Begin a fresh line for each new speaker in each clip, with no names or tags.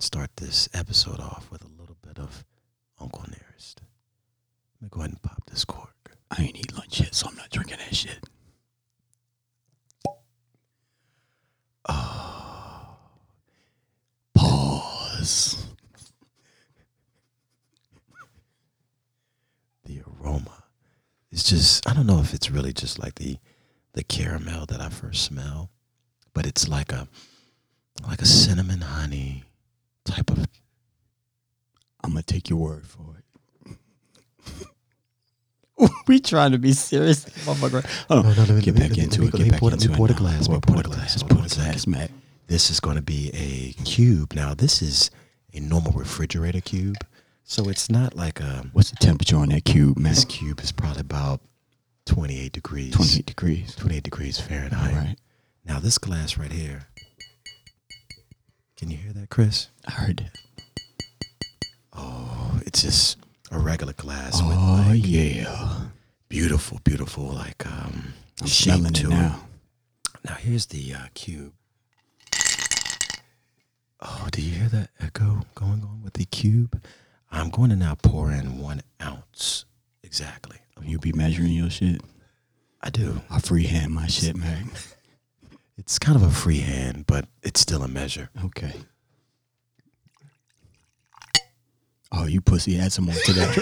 start this episode off with a little bit of Uncle Nearest. Let me go ahead and pop this cork.
I ain't eat lunch yet, so I'm not drinking that shit.
Oh,
Pause.
the aroma. It's just, I don't know if it's really just like the, the caramel that I first smell, but it's like a, like a cinnamon honey type of,
I'm gonna take your word for it. we trying to be serious, motherfucker. Oh,
No, no, let me-
get
let me-
back
let me-
into
let me- let
it. Get
me
back
pour the-
into
let me
it.
pour the
now.
glass,
Pour,
let me pour
pour
the glass, let me pour
the glass. Pour
the
the
glass.
glass, Matt.
this is going to be a cube. Now, this is a normal refrigerator cube. So it's not like a,
What's the temperature on that cube,
this
Matt?
cube is probably about 28 degrees.
28 degrees.
28 degrees
All
Fahrenheit.
right.
Now this glass right here. Can you hear that, Chris?
I heard that.
Oh, it's just a regular glass with
Oh
like
yeah.
beautiful, beautiful like um
I'm
shape
smelling
to
it now.
Now here's the uh, cube. Oh, do you hear that echo going on with the cube? I'm going to now pour in one ounce exactly.
You be measuring your shit.
I do.
I freehand my shit, Mac.
It's kind of a freehand, but it's still a measure.
Okay. Oh, you pussy, add some more to that.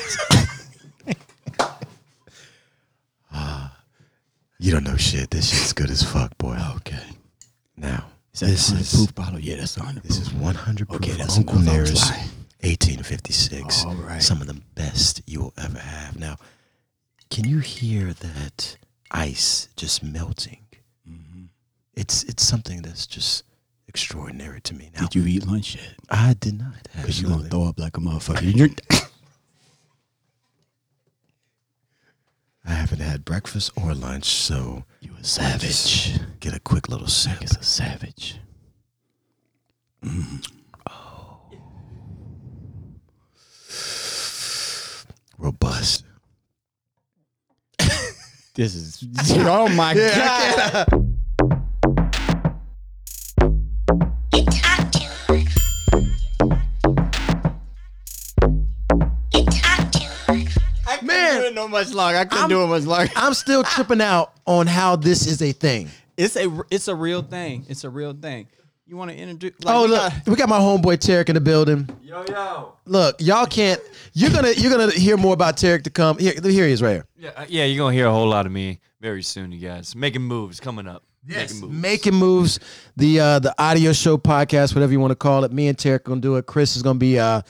You don't know shit. This shit's good as fuck, boy.
okay.
Now,
Is that
this
the
is
proof bottle? Yeah, that's the hundred
This
proof.
is 100 proof
Okay, that's
Uncle
enough. I was
Nearest,
lying.
1856.
All right.
Some of the best you will ever have. Now, can you hear that ice just melting?
Mhm.
It's it's something that's just extraordinary to me. Now,
Did you eat lunch yet?
I did not have
Because you gonna throw up like a motherfucker. You drink-
I haven't had breakfast or lunch, so
you a
I'll just
savage.
Get a quick little sip. Mm-hmm.
Mac is a savage.
Robust.
This is. Oh my god.
You talk too much. You talk too much.
I couldn't do it no much longer. I couldn't do it much longer.
I'm still tripping out on how this is a thing.
It's a it's a real thing. It's a real thing. You want to introduce? Like,
Oh
we
look,
got-
we got my homeboy Tarek in the building. Yo yo. Look, y'all can't. You're gonna you're gonna hear more about Tarek to come. Here, here he is right here.
Yeah, uh, yeah, you're gonna hear a whole lot of me very soon, you guys. Making moves coming up. Yes, making moves.
Making moves, the uh, the audio show podcast, whatever you want to call it. Me and Tarek gonna do it. Chris is gonna be uh,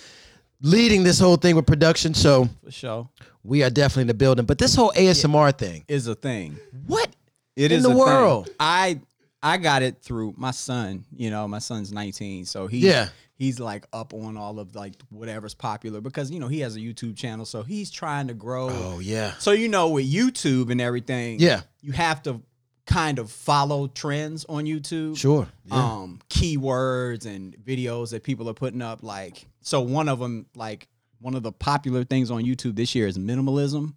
leading this whole thing with production. So
for sure
we are definitely in the building. But this whole ASMR thing,
is a thing.
what?
It
in
is
the
a thing.
world.
I I got it through my son. You know, my son's 19, so he
Yeah.
he's like up on all of like whatever's popular because you know he has a YouTube channel, so he's trying to grow.
Oh yeah,
So you know with YouTube and everything,
Yeah.
you have to kind of follow trends on YouTube.
sure. Yeah.
Um, keywords and videos that people are putting up. Like, so one of them, like one of the popular things on YouTube this year is minimalism.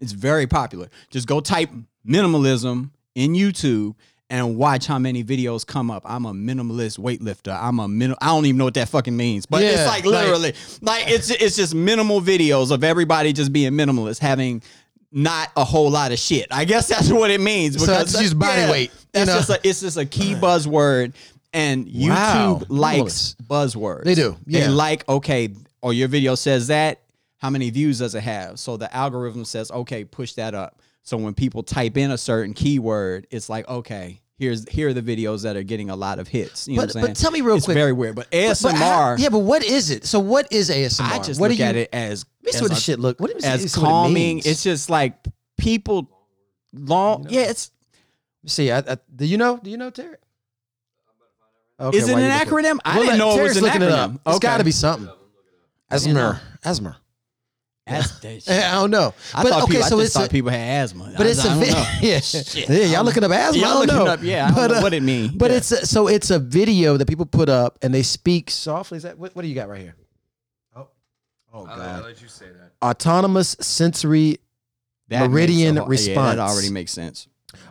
It's very popular. Just go type minimalism in YouTube and watch how many videos come up. I'm a minimalist weightlifter. I'm a min. I don't even know what that fucking means, but
Yeah,
it's like
like-
literally, like, it's it's just minimal videos of everybody just being minimalist, having not a whole lot of shit. I guess that's what it means.
So I just use body weight, you
That's
know?
just a, it's just a key buzzword, and YouTube
Wow.
likes buzzwords.
They do, yeah.
They like okay, or your video says that. How many views does it have? So the algorithm says okay, push that up. So when people type in a certain keyword, it's like okay, here's here are the videos that are getting a lot of hits. You
But-
know what I'm saying?
but tell me real
it's
quick.
very weird. But ASMR,
But how- yeah, but what is it? So what is ASMR?
I just
what
look
do you,
at it as
Let me see
as
what the
a-
shit look. What do you- let me
as
see what it
calming.
means.
It's just like people long. Yeah, it's
See, I, I, do you know? Do you know Tarek? Okay,
is it
while
an
you look
acronym? I
We'll let-
didn't know it was
Tarek's
an
looking
acronym.
It has got to be something.
didn't know.
Asthma, asthma.
That's that shit.
I don't know.
I
but
thought
okay,
people,
so
I just
it's
thought
a,
people had asthma.
but
I,
it's a
I don't
vi-
know.
yeah, yeah. Y'all looking up asthma?
Y'all
I don't
looking
know.
it up, yeah, I don't know what it mean.
But
Yeah.
it's a, so it's a video that people put up and they speak softly. Is that what, what do you got right here? Oh, oh
Uh,
god.
let you say that.
Autonomous sensory
That makes
Meridian
a lot- Yeah,
response.
that already makes sense.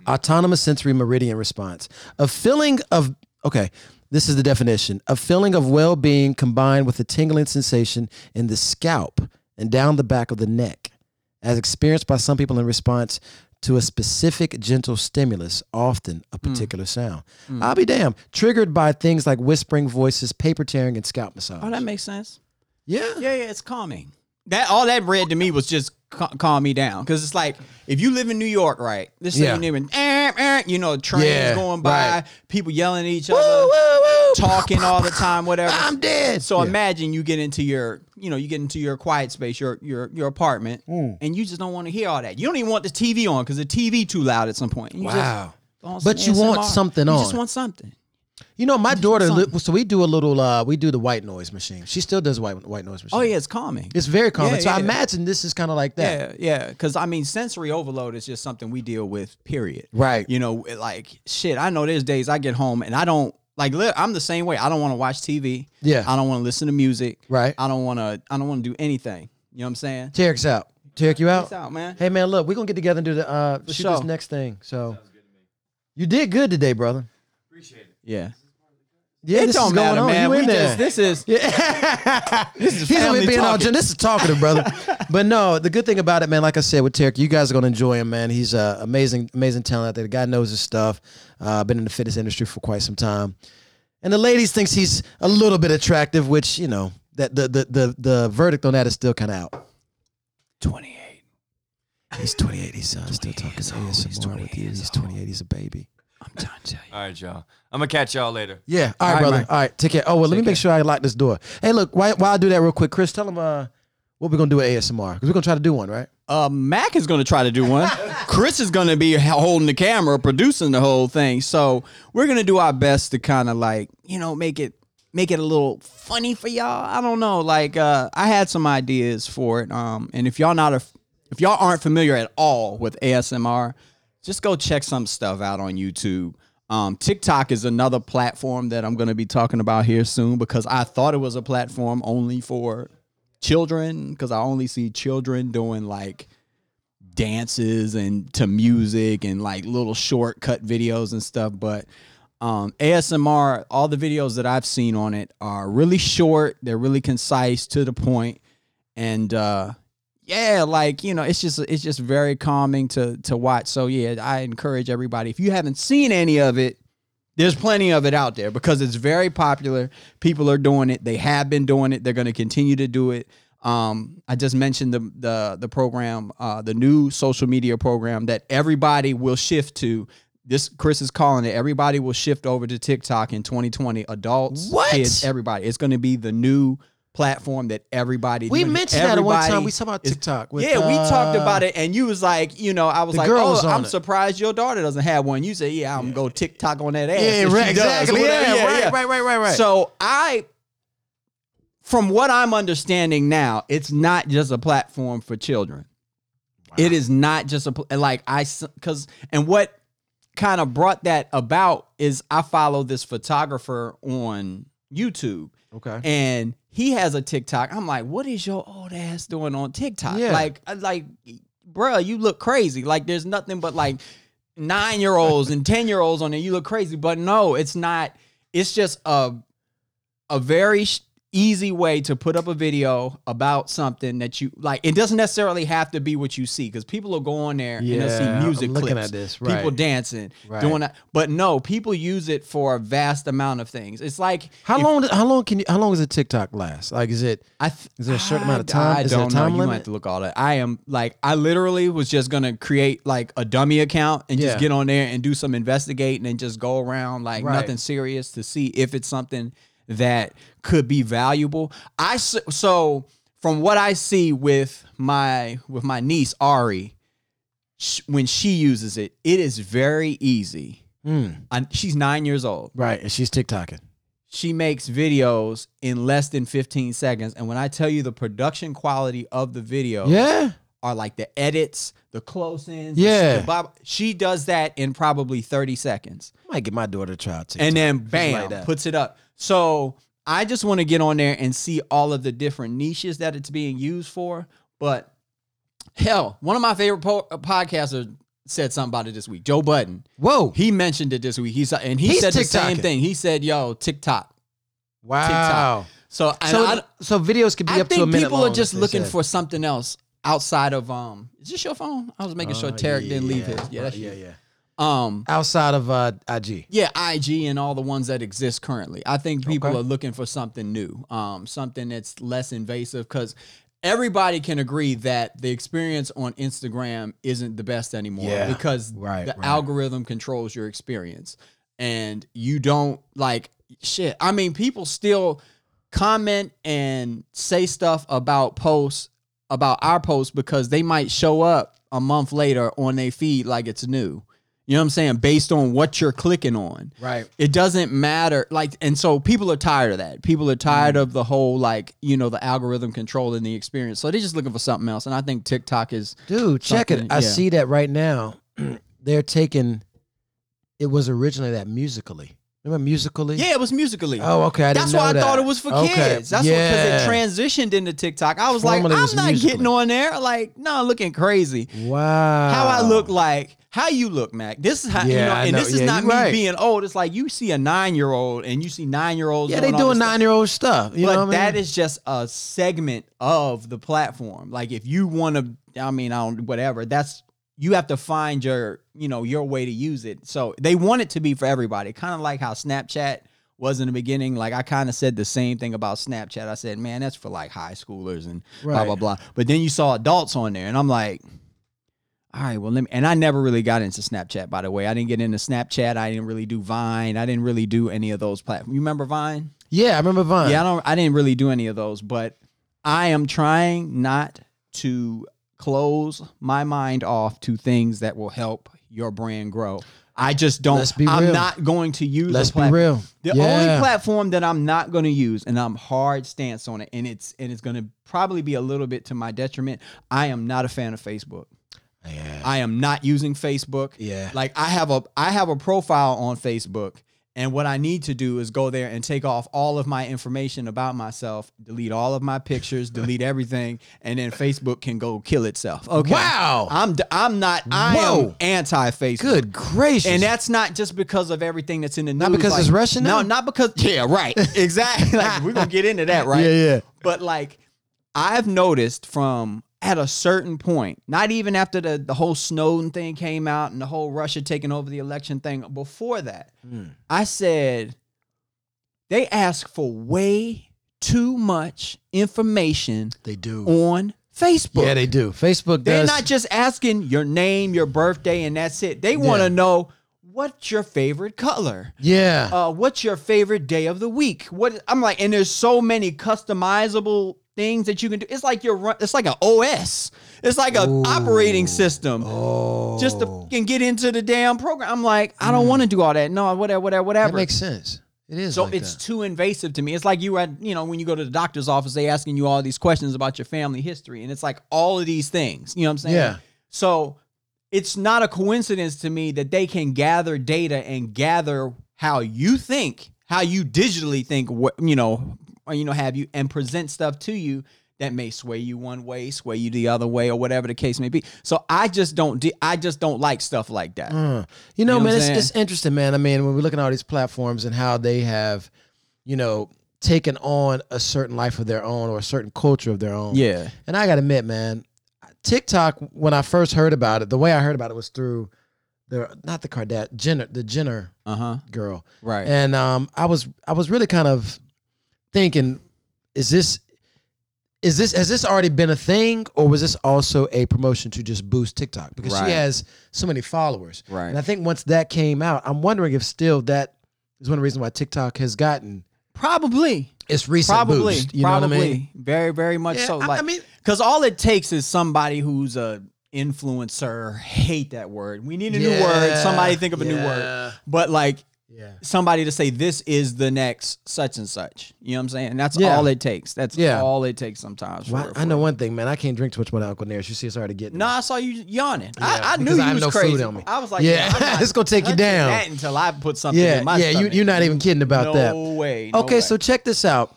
autonomous sensory meridian response a feeling of okay This is the definition a feeling of well being combined with a tingling sensation in the scalp and down the back of the neck, as experienced by some people in response to a specific gentle stimulus, often a
Hmm.
particular sound. I'll be damned. Triggered by things like whispering voices, paper tearing, and scalp massage.
Oh, that makes sense.
yeah.
Yeah, yeah, it's calming. That all that read to me was just ca- calm me down because it's like if you live in New York, right? This
Yeah.
thing you live in, eh, eh, you know, trains
Yeah,
going by,
right.
people yelling at each
Woo,
other,
woo, woo.
talking all the time, whatever.
I'm dead.
So
Yeah.
imagine you get into your, you know, you get into your quiet space, your your your apartment,
Mm.
and you just don't want to hear all that. You don't even want the TV on because the TV too loud at some point. You just
Wow.
on
But
some
you want
ASMR.
something
you
on.
just want something.
You know, my daughter.
something.
li- So we do a little. Uh, we do the white noise machine. She still does white white noise machine.
Oh yeah, it's calming.
it's very common.
Yeah,
so I
yeah.
imagine this is kind of like that.
Yeah, yeah. Because I mean, sensory overload is just something we deal with. Period.
Right.
You know, it- like shit. I know there's days I get home and I don't like. Look, I'm the same way. I don't want to watch TV.
Yeah.
I don't want to listen to music.
Right.
I don't want to. I don't want to do anything. You know what I'm saying?
Tarek's out. Tarek, you out?
Peace out, man.
Hey man, look, we're gonna get together and do the uh, shoot this
sure.
next thing. So you did good today, brother.
Yeah.
Yeah, this is going on. You in
we
there?
just this is
yeah.
this is
He's gonna
family
be being all
talking.
gen- this is talkative, brother. but no, the good thing about it, man, like I said with Tarek, you guys are gonna enjoy him, man. He's uh, amazing, amazing talent out there. The guy knows his stuff. Uh, been in the fitness industry for quite some time, and the ladies thinks he's a little bit attractive, which you know that the the the, the verdict on that is still kind of out.
28.
He's 28. He's uh, still talking to ASMR
He's
with
28
you. He's 28. He's a baby.
I'm trying to tell you.
All right, y'all. I'm gonna catch y'all later.
Yeah. All right,
All right,
brother.
Mike.
All right. Take care. Oh well, let me
Take
make sure I lock this door. Hey, look. While, while I do that real quick, Chris, tell him uh, what we're gonna do with ASMR because we're gonna try to do one, right?
Uh, Mac is going to try to do one. Chris is going to be h- holding the camera, producing the whole thing. So we're going to do our best to kind of like you know make it make it a little funny for y'all. I don't know. Like uh, I had some ideas for it. Um, and if y'all not a, if y'all aren't familiar at all with ASMR, just go check some stuff out on YouTube. Um, TikTok is another platform that I'm going to be talking about here soon because I thought it was a platform only for children because I only see children doing like dances and to music and like little shortcut videos and stuff. But um, ASMR, all the videos that I've seen on it are really short, they're really concise, to the point, and uh, yeah, like you know, it's just it's just very calming to to watch. So yeah, I encourage everybody if you haven't seen any of it. There's plenty of it out there because it's very popular. People are doing it. They have been doing it. They're going to continue to do it. Um, I just mentioned the the the program, uh, the new social media program that everybody will shift to. This Chris is calling it. Everybody will shift over to TikTok in 2020. Adults,
What?
kids, everybody. It's going to be the new platform that everybody.
We
doing.
mentioned that at one time.
Everybody
We talked about
is-
TikTok. With,
yeah, we
uh,
talked about it, and you was like, you know, I was
the
like,
girl
oh,
was on
I'm
it.
surprised your daughter doesn't have one. You said, yeah, I'm gonna go TikTok on that ass.
Yeah,
if she
right,
does,
exactly.
whatever.
Yeah,
Yeah,
right,
yeah.
right, right, right, right.
So I, from what I'm understanding now, it's not just a platform for children. It is not just a pl- like I because and what kind of brought that about is I follow this photographer on YouTube
okay.
and he has a TikTok. I'm like, what is your old ass doing on TikTok?
Yeah.
Like, I- like, bruh, you look crazy. Like, there's nothing but like nine year olds and ten year olds on there. You look crazy, but no, it's not. It's just a a very sh- easy way to put up a video about something that you like. It doesn't necessarily have to be what you see because people will go on there and they'll
Yeah,
see music
I'm looking
clips,
at this,
people
right.
dancing,
Right.
doing that. But no, people use it for a vast amount of things. It's like
How
if-
long? How long can you? How long does a TikTok last? Like, is it?
I th-
Is there a certain amount of
I-
time?
I
Is there a
don't
time
know. You
limit?
might have to look all that. I am like I literally was just gonna create like a dummy account and
Yeah.
just get on there and do some investigating and just go around like
Right.
nothing serious to see if it's something that could be valuable. I s- so from what I see with my with my niece Ari, sh- when she uses it, it is very easy.
Mm,
I, she's nine years old
right. And she's TikToking.
she makes videos in less than 15 seconds and when i tell you the production quality of the video
Yeah.
are like the edits the close-ins
Yeah.
the bob- she does that in probably 30 seconds
Might get my daughter to try out TikTok.
and then
Just
bam
like that.
puts it up so i just want to get on there and see all of the different niches that it's being used for but hell one of my favorite po- uh, podcasters said something about it this week. Joe Budden.
Whoa.
He mentioned it this week. He's and he
He's
said the same
TikToking.
thing. He said, "Yo, TikTok,
Wow.
So, and
So,
I,
so videos could be
I
up to a
think
minute.
people
long,
are just
they
looking
said.
for something else outside of um. Is this your phone? I was making sure
Uh,
Tarek
yeah,
didn't leave
yeah,
his. Yeah,
right,
that's
yeah,
you.
yeah.
Um,
Outside of uh, IG.
yeah, IG and all the ones that exist currently. I think people
Okay.
are looking for something new, um, something that's less invasive because everybody can agree that the experience on Instagram isn't the best anymore
Yeah,
because
right,
the
right.
algorithm controls your experience. And you don't like shit. I mean, people still comment and say stuff about posts about our posts because they might show up a month later on their feed like it's new. You know what I'm saying? Based on what you're clicking on.
Right.
It doesn't matter. Like, and so people are tired of that. People are tired
Mm-hmm.
of the whole, like, you know, the algorithm controlling the experience. So they're just looking for something else. And I think TikTok is,
Dude, check it.
Something,
I
yeah.
see that right now. They're taking. It was originally that musically. Remember musically?
yeah, it was musically.
Oh, okay. I
That's
didn't know
why I
that.
thought it was for
Okay,
kids. That's
yeah.
because it transitioned into TikTok. I was
Formerly
like,
it
I'm
was
not getting
Musical.ly.
on there. Like, no, looking crazy.
Wow.
how I look like, how you look, Mac. This is how you
Ah. Yeah,
know,
I
and
know.
this is
Yeah,
not
you
me
right.
being old. It's like you see a nine year old and you see nine year olds.
Yeah, they doing nine year old stuff. You
but
know what I
that
mean?
is just a segment of the platform. Like if you want to, I mean, I don't whatever. That's you have to find your, you know, your way to use it. So they want it to be for everybody. Kind of like how Snapchat was in the beginning. Like I kind of said the same thing about Snapchat. I said, man, that's for like high schoolers and
Right.
blah blah blah. But then you saw adults on there, and I'm like. All right, well, let me. And I never really got into Snapchat, by the way. I didn't get into Snapchat. I didn't really do Vine. I didn't really do any of those platforms. You remember Vine?
yeah, I remember Vine.
Yeah, I don't. I didn't really do any of those, but I am trying not to close my mind off to things that will help your brand grow. I just don't.
Let's be
I'm
real.
not going to use. a
Let's be
platform.
real.
The
yeah.
only platform that I'm not going to use, and I'm hard stance on it, and it's and it's going to probably be a little bit to my detriment. I am not a fan of Facebook.
Yeah.
I am not using Facebook.
Yeah.
Like I have a I have a profile on Facebook and what I need to do is go there and take off all of my information about myself, delete all of my pictures, delete everything, and then Facebook can go kill itself. Okay.
Wow.
I'm d- I'm not I
Whoa.
am anti-Facebook.
Good gracious.
And that's not just because of everything that's in the news.
Not because
like-
it's Russian
No,
now?
not because Yeah, right. exactly. Like, we're gonna get into that, right?
Yeah, yeah.
But like I've noticed from at a certain point, not even after the, the whole Snowden thing came out and the whole Russia taking over the election thing, before that, I said they ask for way too much information
They do.
on Facebook.
Yeah, they do. Facebook
They're
does.
not just asking your name, your birthday, and that's it. They want to
Yeah.
know what's your favorite color.
yeah.
Uh, what's your favorite day of the week? What I'm like, and there's so many customizable things that you can do. It's like you're run, it's like an OS. It's like a operating system.
oh.
Um,
Mm.
Just to fucking get into the damn program. I'm like, I don't want to do all that. No, whatever, whatever,
that
whatever.
makes sense. It is.
So
like
it's
that.
too invasive to me. It's like you at you know when you go to the doctor's office, they asking you all these questions about your family history, and it's like all of these things. You know what I'm saying?
Yeah.
So it's not a coincidence to me that they can gather data and gather how you think, how you digitally think, what you know, or you know, have you and present stuff to you that may sway you one way, sway you the other way, or whatever the case may be. So I just don't, di- I just don't like stuff like that.
Mm. You know,
You know what
man,
I'm
it's,
saying?
it's interesting, man. I mean, when we look at all these platforms and how they have, you know, taken on a certain life of their own or a certain culture of their own.
Yeah.
And I got to admit, man, TikTok, when I first heard about it, the way I heard about it was through the, not the Kardashian, Jenner, the Jenner
Uh huh.
girl.
Right.
And um, I was, I was really kind of thinking, is this, is this, has this already been a thing or was this also a promotion to just boost TikTok? Because
Right.
she has so many followers.
right.
And I think once that came out, I'm wondering if still that is one reason why TikTok has gotten
Probably.
its recent
probably,
boost. You
probably,
know what I mean?
very, very much
Yeah,
so.
I- I
Like,
mean-
because all it takes is somebody who's a influencer. Hate that word. We need a new word.
Yeah,
Somebody think of a new word.
yeah,
But like
Yeah.
somebody to say this is the next such and such. You know what I'm saying? That's
Yeah.
all it takes. That's
Yeah.
all it takes sometimes. for
Well,
real,
I
for
know
real.
one thing, man. I can't drink too much more than Uncle Nearest. You see, it's already getting.
No, I saw you yawning.
Yeah,
I, I knew
because
you
I have
was
no food
crazy.
on me.
I was like,
Yeah,
I'm not
it's gonna take you
touching
down.
that until I put something
Yeah,
in my
yeah. You,
stomach.
you're not even kidding about
no
that.
way. no
Okay,
way.
so check this out.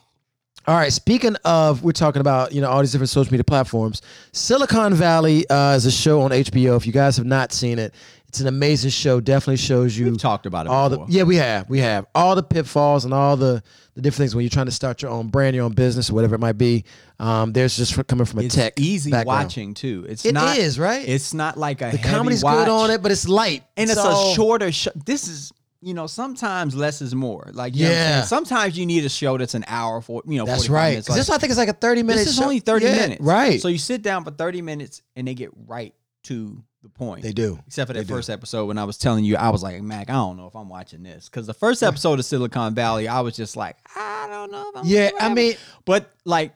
All right. Speaking of, we're talking about you know all these different social media platforms. Silicon Valley uh, is a show on HBO. If you guys have not seen it, it's an amazing show. Definitely shows you
We've talked about it
all
before.
the yeah we have we have all the pitfalls and all the the different things when you're trying to start your own brand, your own business, or whatever it might be. Um, there's just for, coming from a
it's
tech
easy
background.
watching too. It's
It
not
is, right.
It's not like a
The comedy's good on it, but it's light
and it's
So-
a shorter show. This is you know sometimes less is more. Like you know what I'm
Yeah.
saying? sometimes you need a show that's an hour for you know.
That's
45
right.
minutes.
'Cause
Like,
this I think it's like a thirty minute.
this is
show.
only thirty
Yeah,
minutes,
Right.
So you sit down for thirty minutes and they get right to the point.
they do.
Except for
They
that
do.
first episode when I was telling you, I was like, Mac, I don't know if I'm watching this because the first episode of Silicon Valley, I was just like, I don't know. if I'm
Yeah,
gonna
I
have
mean,
But like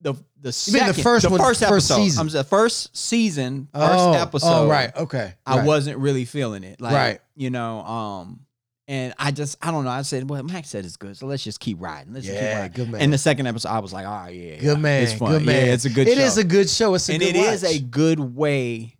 the the
mean
second,
the first one,
first
first
episode,
season.
I'm the first season, first
oh,
episode,
Oh, right. Okay.
I
right.
wasn't really feeling it, like
Right.
you know, um, and I just I don't know. I said, well, Mac said it's good, so let's just keep riding. Let's just keep
Yeah.
riding.
Good man.
And the second episode, I was like, oh yeah, yeah,
good man.
it's fun,
Good man.
yeah, it's a good,
It
show.
is a good show. It's a
and
good
it is
watch.
a good way.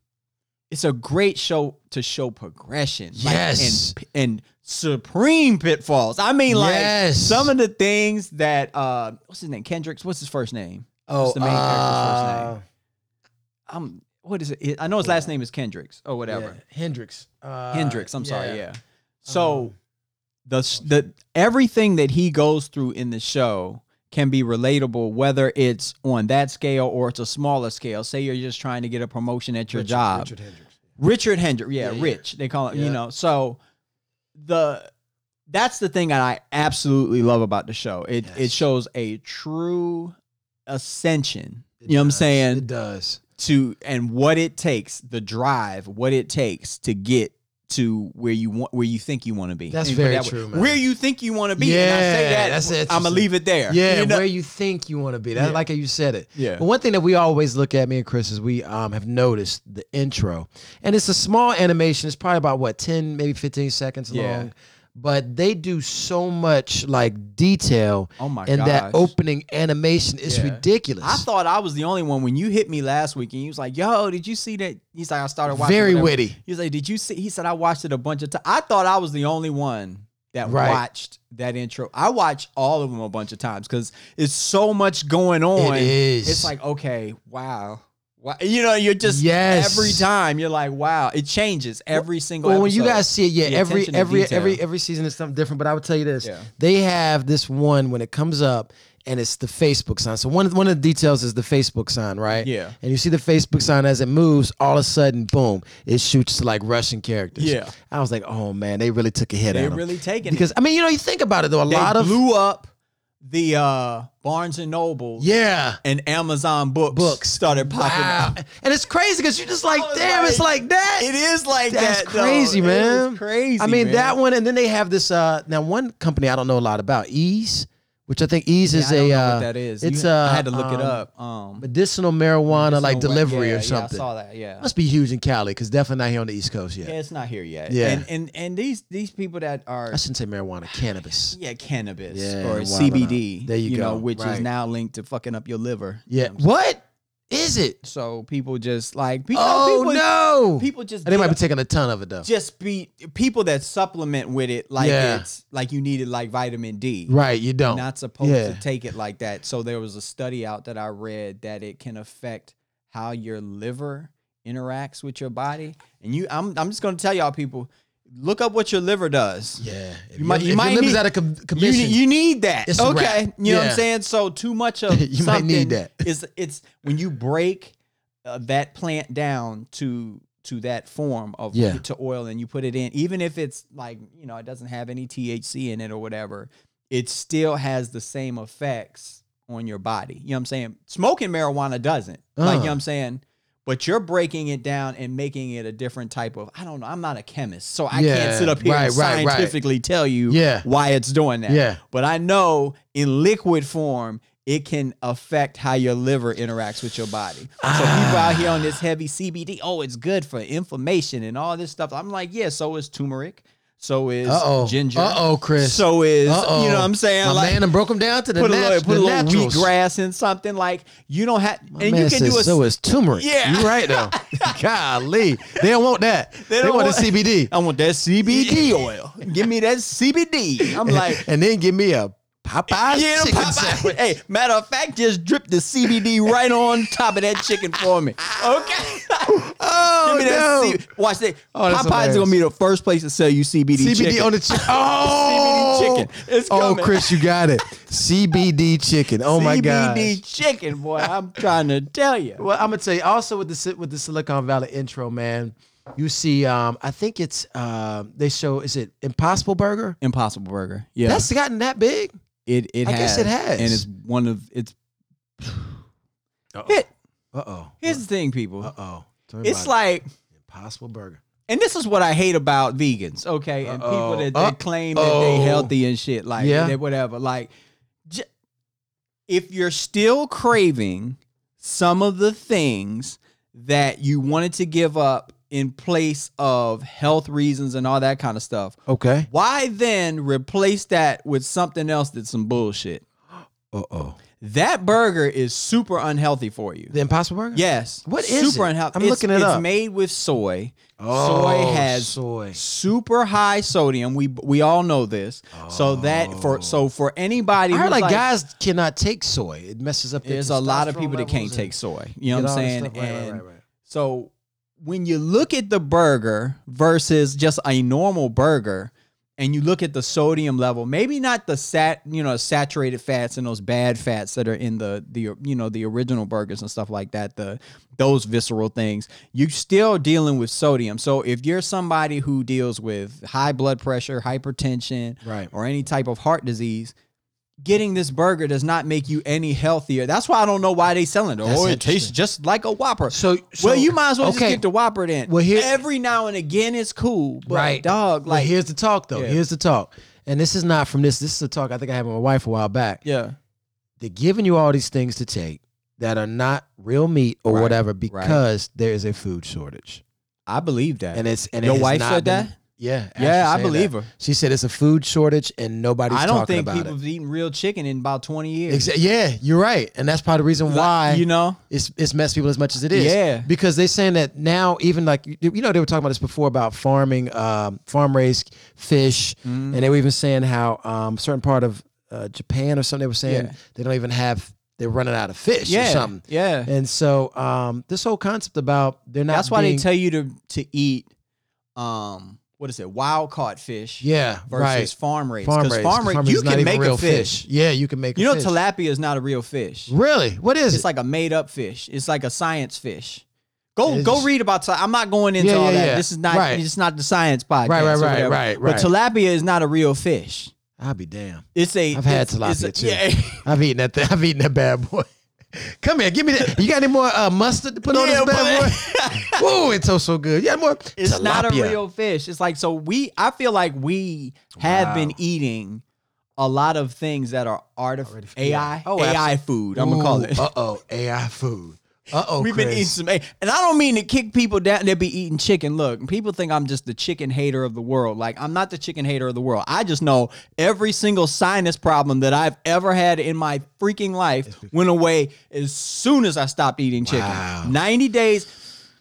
It's a great show to show progression. like,
Yes.
and, and supreme pitfalls. I mean, like
Yes.
some of the things that uh, what's his name? Kendrick's. What's his first name?
Oh,
What's the main character's first
uh,
name? Um, what is it? I know his last name is Kendrick's or whatever.
yeah, Hendrix. Uh,
Hendrix. I'm sorry. Yeah.
Um,
So the sh- the everything that he goes through in the show can be relatable, whether it's on that scale or it's a smaller scale. Say you're just trying to get a promotion at your
Richard-
job. Richard,
Richard Hendrix.
Hendrick. Yeah,
Yeah, yeah.
Rich. They call it.
Yeah.
You know. So the that's the thing that I absolutely love about the show. It it
Yes.
shows a true ascension.
It
you know what I'm
does.
saying?
It does.
to and what it takes the drive what it takes to get to where you want where you think you want to be
That's
Let me put
very
it that way.
true, man.
where you think you want to be and i
Yeah,
say that
that's
i'm gonna
interesting.
leave it there
Yeah,
You know?
where you think you want to be. That
Yeah.
like how you said it.
Yeah.
But one thing that we always look at, me and Chris, is we um, have noticed the intro, and it's a small animation. It's probably about what ten, maybe fifteen seconds
Yeah.
long, but they do so much like detail
oh my
in
god
that opening animation. It's
Yeah.
ridiculous.
i thought i was the only one when you hit me last week and you was like yo did you see that he's like i started watching
very
whatever.
witty.
he was like did you see he said i watched it a bunch of times i thought i was the only one that
Right.
watched that intro i watched all of them a bunch of times because it's so much going on
It is.
it's like okay wow wow you know you're just
Yes.
every time you're like wow it changes every single
Well, when you
episode.
guys see it, yeah,
The
every
attention to
every
detail.
every every season is something different. But I would tell you this:
Yeah.
they have this one when it comes up, and it's the Facebook sign. So one of- one of the details is the Facebook sign, right?
Yeah.
And you see the Facebook sign as it moves. All of a sudden, boom! It shoots to like Russian characters.
Yeah.
I was like, oh man, they really took a hit.
they
at 'em.
really taking
because I mean, you know, you think about it though. A
it. They
lot of
blew up the uh barnes and noble
yeah.
and amazon books,
Books.
started popping
Wow.
up
And it's crazy because you're just like,
I was
damn, it's
like,
like that.
it is like
That's
that though.
crazy,
It is
man.
crazy
I mean
man.
that one, and then they have this. Uh, now one company I don't know a lot about, Ease, which I think Ease
Yeah,
is
I don't
a.
know
uh,
what that is.
It's
You-
uh,
I had to look
um,
it up. Um,
Medicinal marijuana,
it's
like
on-
delivery
yeah,
or something.
Yeah, I saw that. Yeah.
Must be huge in Cali because definitely not here on the East Coast yet.
yeah, it's not here yet.
Yeah.
and and, and these these people that are
I shouldn't say marijuana, cannabis.
yeah cannabis
Yeah,
or
wildin'
CBD.
out. There you
know,
go.
which is
Right.
now linked to fucking up your liver.
Yeah, what is it?
So people just like pe-
Oh
people,
no!
people just
And they
get
might be
a-
taking a ton of it though.
just be people that supplement with it like
Yeah.
it's like you needed like vitamin D.
Right, you don't.
not supposed
Yeah.
to take it like that. So there was a study out that I read that it can affect how your liver interacts with your body. And you, I'm, I'm just going to tell y'all people, look up what your liver does.
yeah, if
might-
your-
you
if
might
your liver's
need-
out of com-
You,
commission.
ne- you need that.
It's a
okay.
wrap.
You know what
Yeah.
I'm saying? So too much of
You might need
something
that.
is it's when you break uh, that plant down to to that form of
Yeah.
to oil and you put it in, even if it's like, you know, it doesn't have any THC in it or whatever, it still has the same effects on your body. You know what I'm saying? Smoking marijuana doesn't. Like, you know
Uh.
what I'm saying? But you're breaking it down and making it a different type of. I don't know. I'm not a chemist, so I
Yeah,
can't sit up here
right,
and
right, right.
scientifically tell you
Yeah.
why it's doing that.
Yeah.
But I know in liquid form, it can affect how your liver interacts with your body. So people out here on this
Ah.
heavy CBD, oh, it's good for inflammation and all this stuff. I'm like, yeah, so is turmeric. So is
Uh-oh.
ginger.
Uh-oh, Chris.
So is,
Uh-oh.
you know what I'm saying?
My
like,
man and broke them down to the,
put a
nat-
little, put
the
a little
naturals.
wheatgrass in something. Like, you don't have,
My
and
man
you can
says,
do a,
so is turmeric.
Yeah.
You're right though. Golly, they don't want that. They,
don't
want,
want-
the CBD.
I want that CBD oil. Give me that CBD. I'm like,
and then give me a Popeye's
Yeah,
chicken
Popeye.
sandwich.
Hey, matter of fact, just drip the CBD right on top of that chicken for me. Okay.
Oh,
Give me that
no.
C- Watch that.
Oh, that's
Popeye's gonna
hilarious.
be the first place to sell you CBD,
CBD
chicken.
on the chicken. Oh,
CBD chicken. It's
oh,
coming.
Chris, you got it. CBD chicken. Oh my god.
CBD chicken, boy. I'm trying to tell you.
Well, I'm gonna tell you. Also, with the Si- with the Silicon Valley intro, man, you see, um, I think it's uh, they show is it Impossible Burger?
Impossible Burger. Yeah,
That's gotten that big.
it. It
I
has.
guess it has.
and it's one of it's. It,
Uh oh.
here's the thing, people.
Uh oh.
It's like,
Impossible Burger.
and this is what I hate about vegans. Okay, and people
Uh-oh.
that,
Uh-oh.
that claim that they healthy and shit, like
Yeah.
they- whatever. Like, j- if you're still craving some of the things that you wanted to give up in place of health reasons and all that kind of stuff,
Okay.
Why then replace that with something else that's some bullshit?
Uh oh.
That burger is super unhealthy for you.
The Impossible Burger.
Yes.
What is
super
it?
unhealthy.
I'm
it's,
looking it
it's
up.
made with soy.
Oh,
soy has
soy.
super high sodium. We we all know this. So that for so for anybody
Oh. I
who's
heard like,
like
guys cannot take soy. It messes up. their
there's a lot of
testosterone
people that can't
levels
take
and
soy. You know
get
what
all
I'm
this
saying?
stuff. Right, right,
And
right, right.
so when you look at the burger versus just a normal burger, and you look at the sodium level, maybe not the sat, you know, saturated fats and those bad fats that are in the the you know the original burgers and stuff like that, the those visceral things. You're still dealing with sodium. So if you're somebody who deals with high blood pressure, hypertension,
Right.
or any type of heart disease, getting this burger does not make you any healthier. That's why I don't know why they selling it.
That's
oh, it
interesting.
tastes just like a Whopper.
So, so-
well, you might as well
okay.
just get the Whopper then.
Well, here-
every now and again it's cool, but
right,
dog,
Well,
like
here's the talk though.
Yeah.
Here's the talk, and this is not from this. This is a talk I think I had with my wife a while back.
yeah,
They're giving you all these things to take that are not real meat or
Right,
whatever because there is a food shortage,
I believe that.
and it's and it
Your
has
wife
not
said
been-
that?
Yeah,
Yeah, I
Ashley said
believe
that.
her.
She said it's a food shortage, and nobody's
I don't
talking
think
about
people have
it.
eaten real chicken in about twenty years.
Exa- yeah, you're right, and that's part of the reason
Like,
why
you know?
it's it's messed people as much as it is.
Yeah.
because they're saying that now, even like you you know, they were talking about this before about farming, um, farm raised fish,
Mm-hmm.
and they were even saying how um, certain part of uh, Japan or something they were saying
Yeah.
they don't even have they're running out of fish or
Yeah,
something.
yeah.
and so um, this whole concept about they're not
That's why
being-
they tell you to to eat, um, what is it, wild caught fish?
yeah
versus
right
farm raised.
farm
Because
raised
farm raised,
is
you
not
can
even
make
real
a fish.
Yeah, you can make
You
a
know,
fish.
tilapia is not a real fish.
Really, what is
It's
it?
like a made up fish. It's like a science fish. Go
It's
go
just-
read about. til- I'm not going into
Yeah,
all
yeah,
that.
yeah.
This is not.
Right.
It's not the science
Right,
podcast.
right,
or
right,
whatever.
right,
But
right.
tilapia is not a real fish.
I'll be damned.
It's a.
I've had
it's- it's
tilapia
a-
too.
Yeah.
I've eaten that. Thing. I've eaten that bad boy. Come here, give me that. You got any more uh, mustard to put on
Yeah,
this bad boy? Ooh, it's so so good. Yeah, more.
It's not a
tilapia.
real fish. It's like so we I feel like we have been eating a lot lot of things that are artificial AI
Oh,
AI food. I'm gonna call it.
Uh oh, AI food. Uh oh,
We've been eating some, and I don't mean to kick people down. They be eating chicken. Look, people think I'm just the chicken hater of the world. Like I'm not the chicken hater of the world. I just know every single sinus problem that I've ever had in my freaking life went away as soon as I stopped eating chicken.
Wow.
Ninety days.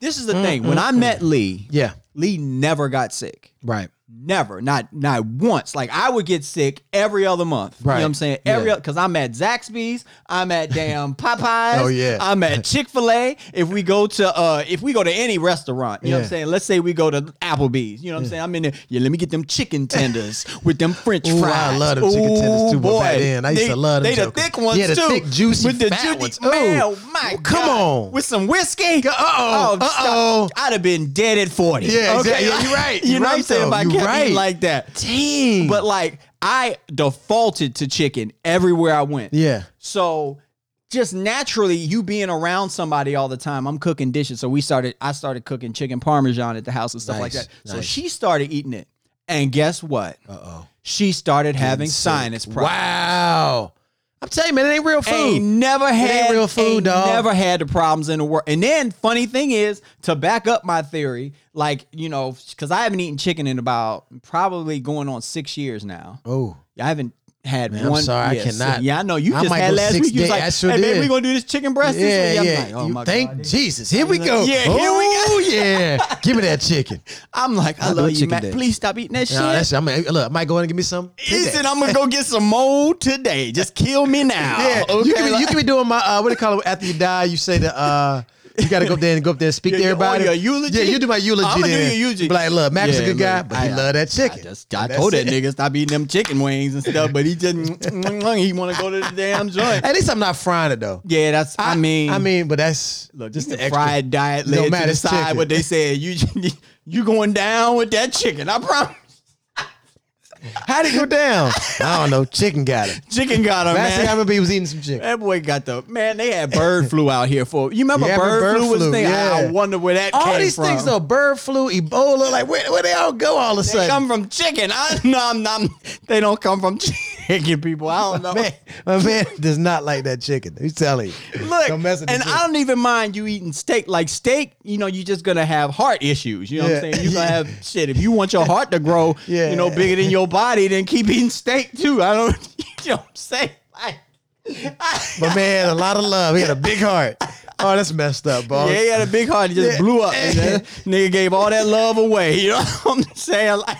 This is the thing. When I met Lee,
Yeah,
Lee never got sick.
right.
Never, not not once. Like I would get sick every other month. You know what I'm
Right.
saying? Every
Yeah.
because I'm at Zaxby's, I'm at damn Popeyes.
Oh, yeah.
I'm at Chick Fil A. If we go to uh, if we go to any restaurant, you know what
Yeah.
I'm saying? Let's say we go to Applebee's. You know what I'm saying? I'm in there. Yeah, let me get them chicken tenders with them French
Ooh, I
fries.
love them chicken tenders, too,
Ooh,
but back then, I used
they,
to love them
They the
jokers.
thick ones
Yeah, the
too,
thick, juicy,
with the
fat
juicy.
ones.
Man,
Ooh.
oh my
Ooh, come
God.
on.
with some whiskey. Oh,
Uh-oh.
stop.
Uh-oh.
I'd have been dead at forty.
Yeah, exactly. Yeah, you're right.
You
You're
know what I'm
right,
saying? If
though.
I
You're
kept
right.
eating like that.
Dang.
But like I defaulted to chicken everywhere I went.
yeah,
So just naturally, you being around somebody all the time, I'm cooking dishes. So we started, I started cooking chicken parmesan at the house and stuff like
Nice,
that. So
nice.
she started eating it. And guess what?
uh oh,
She started having
sick.
sinus problems.
Wow, I'm telling you, man, it ain't real food.
Ain't never
ain't
had
real food,
ain't
dog.
Never had the problems in the world. And then funny thing is to back up my theory, like you know, because I haven't eaten chicken in about probably going on six years now.
oh,
I haven't had
Man, I'm
one.
sorry, I
yeah, so-
cannot.
yeah, I know. You
I
just
might
had
go
last
six
week. You was
days.
like,
I sure
hey,
did.
man, we gonna do this chicken breast. this
yeah,
week?"
yeah.
I'm like, oh
you
my
thank
God.
Jesus. Here we go.
Yeah, here we go.
oh, yeah. Give me that chicken.
I'm like, I
do
love you,
chicken
Matt.
day.
Please stop eating that
No,
shit.
that's, I'm, gonna- look, I might go in and give me some.
He
today.
said, I'm gonna go get some mold today. Just kill me now.
Yeah, you, can be, you can be doing my uh, what do you call it after you die? You say the uh, you got to go up there and go up there and speak
Yeah,
to
yeah, oh,
everybody.
your eulogy?
Yeah, you do my eulogy.
I'ma do
then.
your eulogy.
Be like, look, Max is a
Yeah,
good guy,
look,
but he
I-
love that
I
chicken.
just I
That's
told that
it.
nigga stop eating them chicken wings and stuff, but he just he want to go to the damn joint.
At least I'm not frying it though.
Yeah, that's I, mean
I mean, but that's
look just the
extra.
fried diet
No
led to
matter,
the
it's
side.
chicken.
What they said you you going down with that chicken? I promise.
How'd it go down? I don't know. Chicken got it.
Chicken got him,
Last thing I
man.
remember, he was eating some chicken.
That boy got the man. They had bird flu out here for you. Remember
Yeah, but
bird,
bird
flu was
flu,
a thing. I, I
yeah.
wonder where that
All
came
these
from.
things though, bird flu, Ebola, like where, where they all go all of a
They
sudden?
come from chicken. I no, I'm not. They don't come from chicken people. I don't know.
man, my man does not like that chicken. He's telling you.
Look,
don't mess with the
and
chicken.
I don't even mind you eating steak. Like steak, you know, you're just gonna have heart issues. You know what I'm
Yeah.
saying? You're gonna have shit. If you want your heart to grow,
Yeah.
you know, bigger than your body, then keep eating steak too. I don't you know what I'm saying? Like, I-
My man, had a lot of love. He had a big heart. Oh, that's messed up, boss.
yeah, he had a big heart. He just
Yeah.
blew up. And that nigga gave all that love away. You know what I'm saying? Like,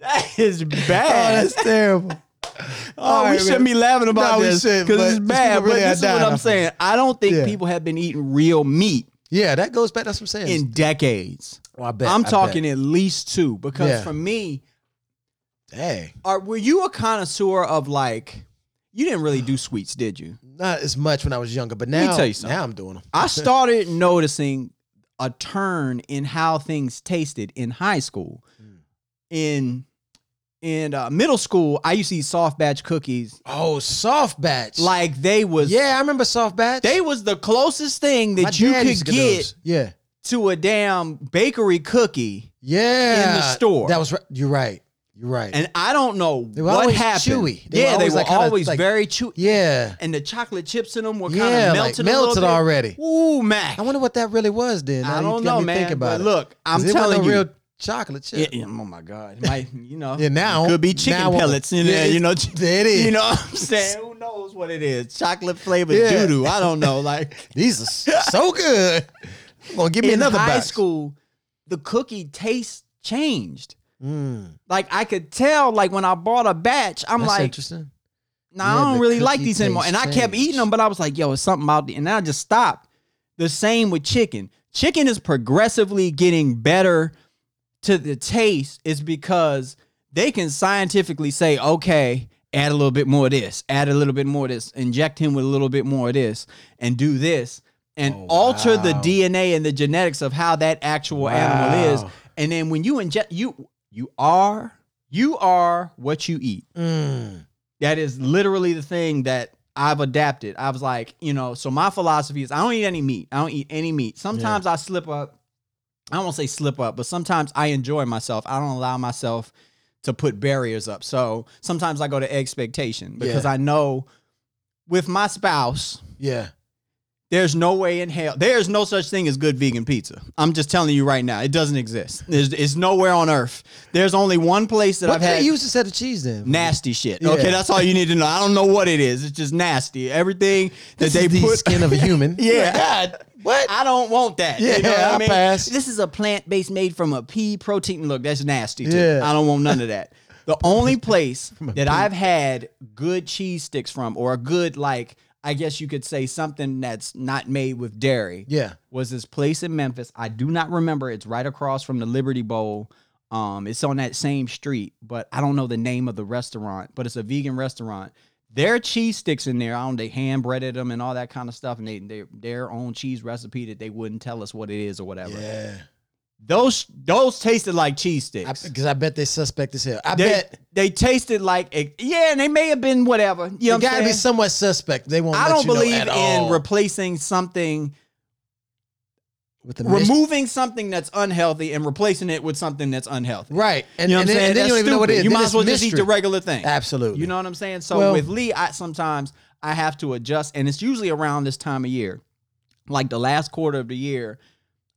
that is
Oh,
bad.
that's terrible.
Oh,
All
we
right,
shouldn't
man.
be laughing about
No, we
this
shouldn't, but
because it's
these
bad.
people
But
really are
this is what
dying off
I'm
of
saying. I don't think
Yeah.
people have been eating real meat
Yeah, that goes back. That's what I'm saying.
in decades.
Well, I bet, I
I'm
bet.
talking at least two because
Yeah.
for me,
Dang.
are were you a connoisseur of like? You didn't really do sweets, did you?
Not as much when I was younger, but
me
now,
tell you something.
now I'm doing them.
I started noticing a turn in how things tasted in high school.
Hmm.
In in uh, middle school, I used to eat soft batch cookies.
Oh, soft batch.
Like they was
yeah, I remember soft batch.
they was the closest thing that
My
you
dad
could
used to
get
those. Yeah,
to a damn bakery cookie.
yeah.
store.
That was. Right. You're right. You're right.
And I don't know
They were
what
always
happened.
chewy. They were
yeah,
always,
they were
like, kinda,
always
like-
very chewy.
yeah,
and the chocolate chips in them were kind of
yeah. like
melted, a little
melted
bit.
already.
Ooh, Mac.
I wonder what that really was. Then Now
I
you
don't
got
know,
me
man.
Think about
but
it.
Look, I'm
'Cause it wasn't
telling
no
you.
real chocolate chip.
yeah, yeah, oh my God, my, you know,
Yeah, now
could be chicken
now-
pellets in there.
Yeah,
You know,
there it is.
You know what I'm saying? Who knows what it is? Chocolate flavored
Yeah.
doo doo. I don't know. Like
These are so good. I'm gonna give me
in
another
high
box.
school, the cookie taste changed.
Mm,
Like I could tell. Like when I bought a batch, I'm
that's
like,
interesting.
No,
Yeah,
I
the
don't really like
cookie
these anymore. And
taste
I kept eating
changed.
them, but I was like, yo, it's something about the And I just stopped. The same with chicken. Chicken is progressively getting better to the taste, is because they can scientifically say, okay, add a little bit more of this, add a little bit more of this, inject him with a little bit more of this, and do this, and
Oh,
alter the
wow.
DNA and the genetics of how that actual animal is.
Wow.
And then when you inject, you you are you are what you eat.
Mm,
That is literally the thing that I've adapted. I was like, you know, so my philosophy is I don't eat any meat. I don't eat any meat. Sometimes I slip up. I won't say slip up, but sometimes I enjoy myself. I don't allow myself to put barriers up. So sometimes I go to expectation because
Yeah.
I know with my spouse,
yeah.
there's no way in hell. There's no such thing as good vegan pizza. I'm just telling you right now, it doesn't exist. There's, it's nowhere on earth. There's only one place that
What
I've
did
had.
they use instead of cheese then?
Nasty shit.
Yeah.
Okay, that's all you need to know. I don't know what it is. It's just nasty. Everything that
This
they
is the
put.
skin of a human.
Yeah.
God, what?
I don't want that.
Yeah,
you know what I,
I
mean?
pass.
This is a plant based made from a pea protein. Look, that's nasty. Too.
Yeah.
I don't want none of that. The only place that I've had good cheese sticks from, or a good like, I guess you could say something that's not made with dairy,
yeah.
was this place in Memphis. I do not remember. It's right across from the Liberty Bowl. Um, it's on that same street, but I don't know the name of the restaurant. But it's a vegan restaurant. Their cheese sticks in there. I don't. They hand breaded them and all that kind of stuff, and they, they their own cheese recipe that they wouldn't tell us what it is or whatever.
Yeah.
Those those tasted like cheese sticks.
Because I, bet they suspect as hell. I
they,
bet
they tasted like a- yeah, and they may have been whatever. You know,
it
what I'm
got to be
saying?
somewhat suspect. They won't.
I
let
don't
you know
believe
at
in
all.
replacing something
with the mission.
removing something that's unhealthy and replacing it with something that's unhealthy.
Right. And,
You know
and
what I'm
then,
saying?
and then you
That's
don't even know what it
stupid.
is.
You
Then
might
it's
as well just eat the
mystery.
regular thing.
Absolutely.
You know what I'm saying? So
Well-
with Lee, I sometimes I have to adjust, and it's usually around this time of year, like the last quarter of the year.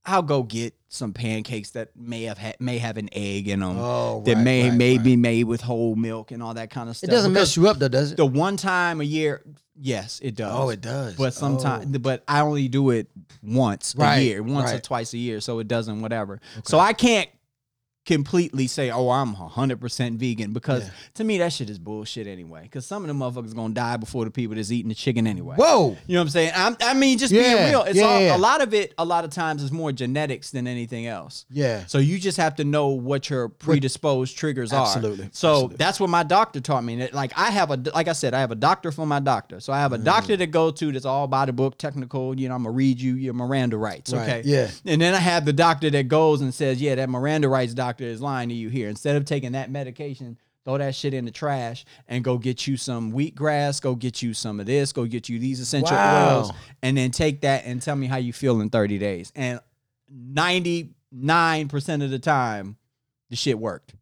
I'll go get some pancakes that may have ha- may have an egg in them.
Oh,
that
right,
may
right,
may
right.
be made with whole milk and all that kind of
It
stuff.
doesn't
Because
mess you up though, does it?
the one time a year. Yes, it does.
Oh, it does.
But sometimes, but I only do it once
Oh. Right,
a year, once or
right.
twice a year, so it doesn't whatever. So I can't completely say, "Oh, I'm 100% vegan," because
Yeah.
to me that shit is bullshit anyway. Because some of the motherfuckers gonna die before the people that's eating the chicken anyway.
Oh. Whoa.
You know what I'm saying? I'm, I mean, just
Yeah,
being real. It's
yeah,
all,
yeah.
a lot of it. A lot of times, is more genetics than anything else.
Yeah.
So you just have to know what your predisposed triggers
Absolutely,
are. So
absolutely.
that's what my doctor taught me. That, Like I have a like I said, I have a doctor for my doctor. So I
Mm.
have a doctor to go to that's all by the book, technical. You know, I'm gonna read you your Miranda rights.
Right,
Okay.
yeah.
And then I have the doctor that goes and says, yeah, that Miranda rights doctor is lying to you here. Instead of taking that medication. Throw that shit in the trash and go get you some wheatgrass. Go get you some of this. Go get you these essential
Wow.
oils, and then take that and tell me how you feel in thirty days. And 99% of the time, the shit worked.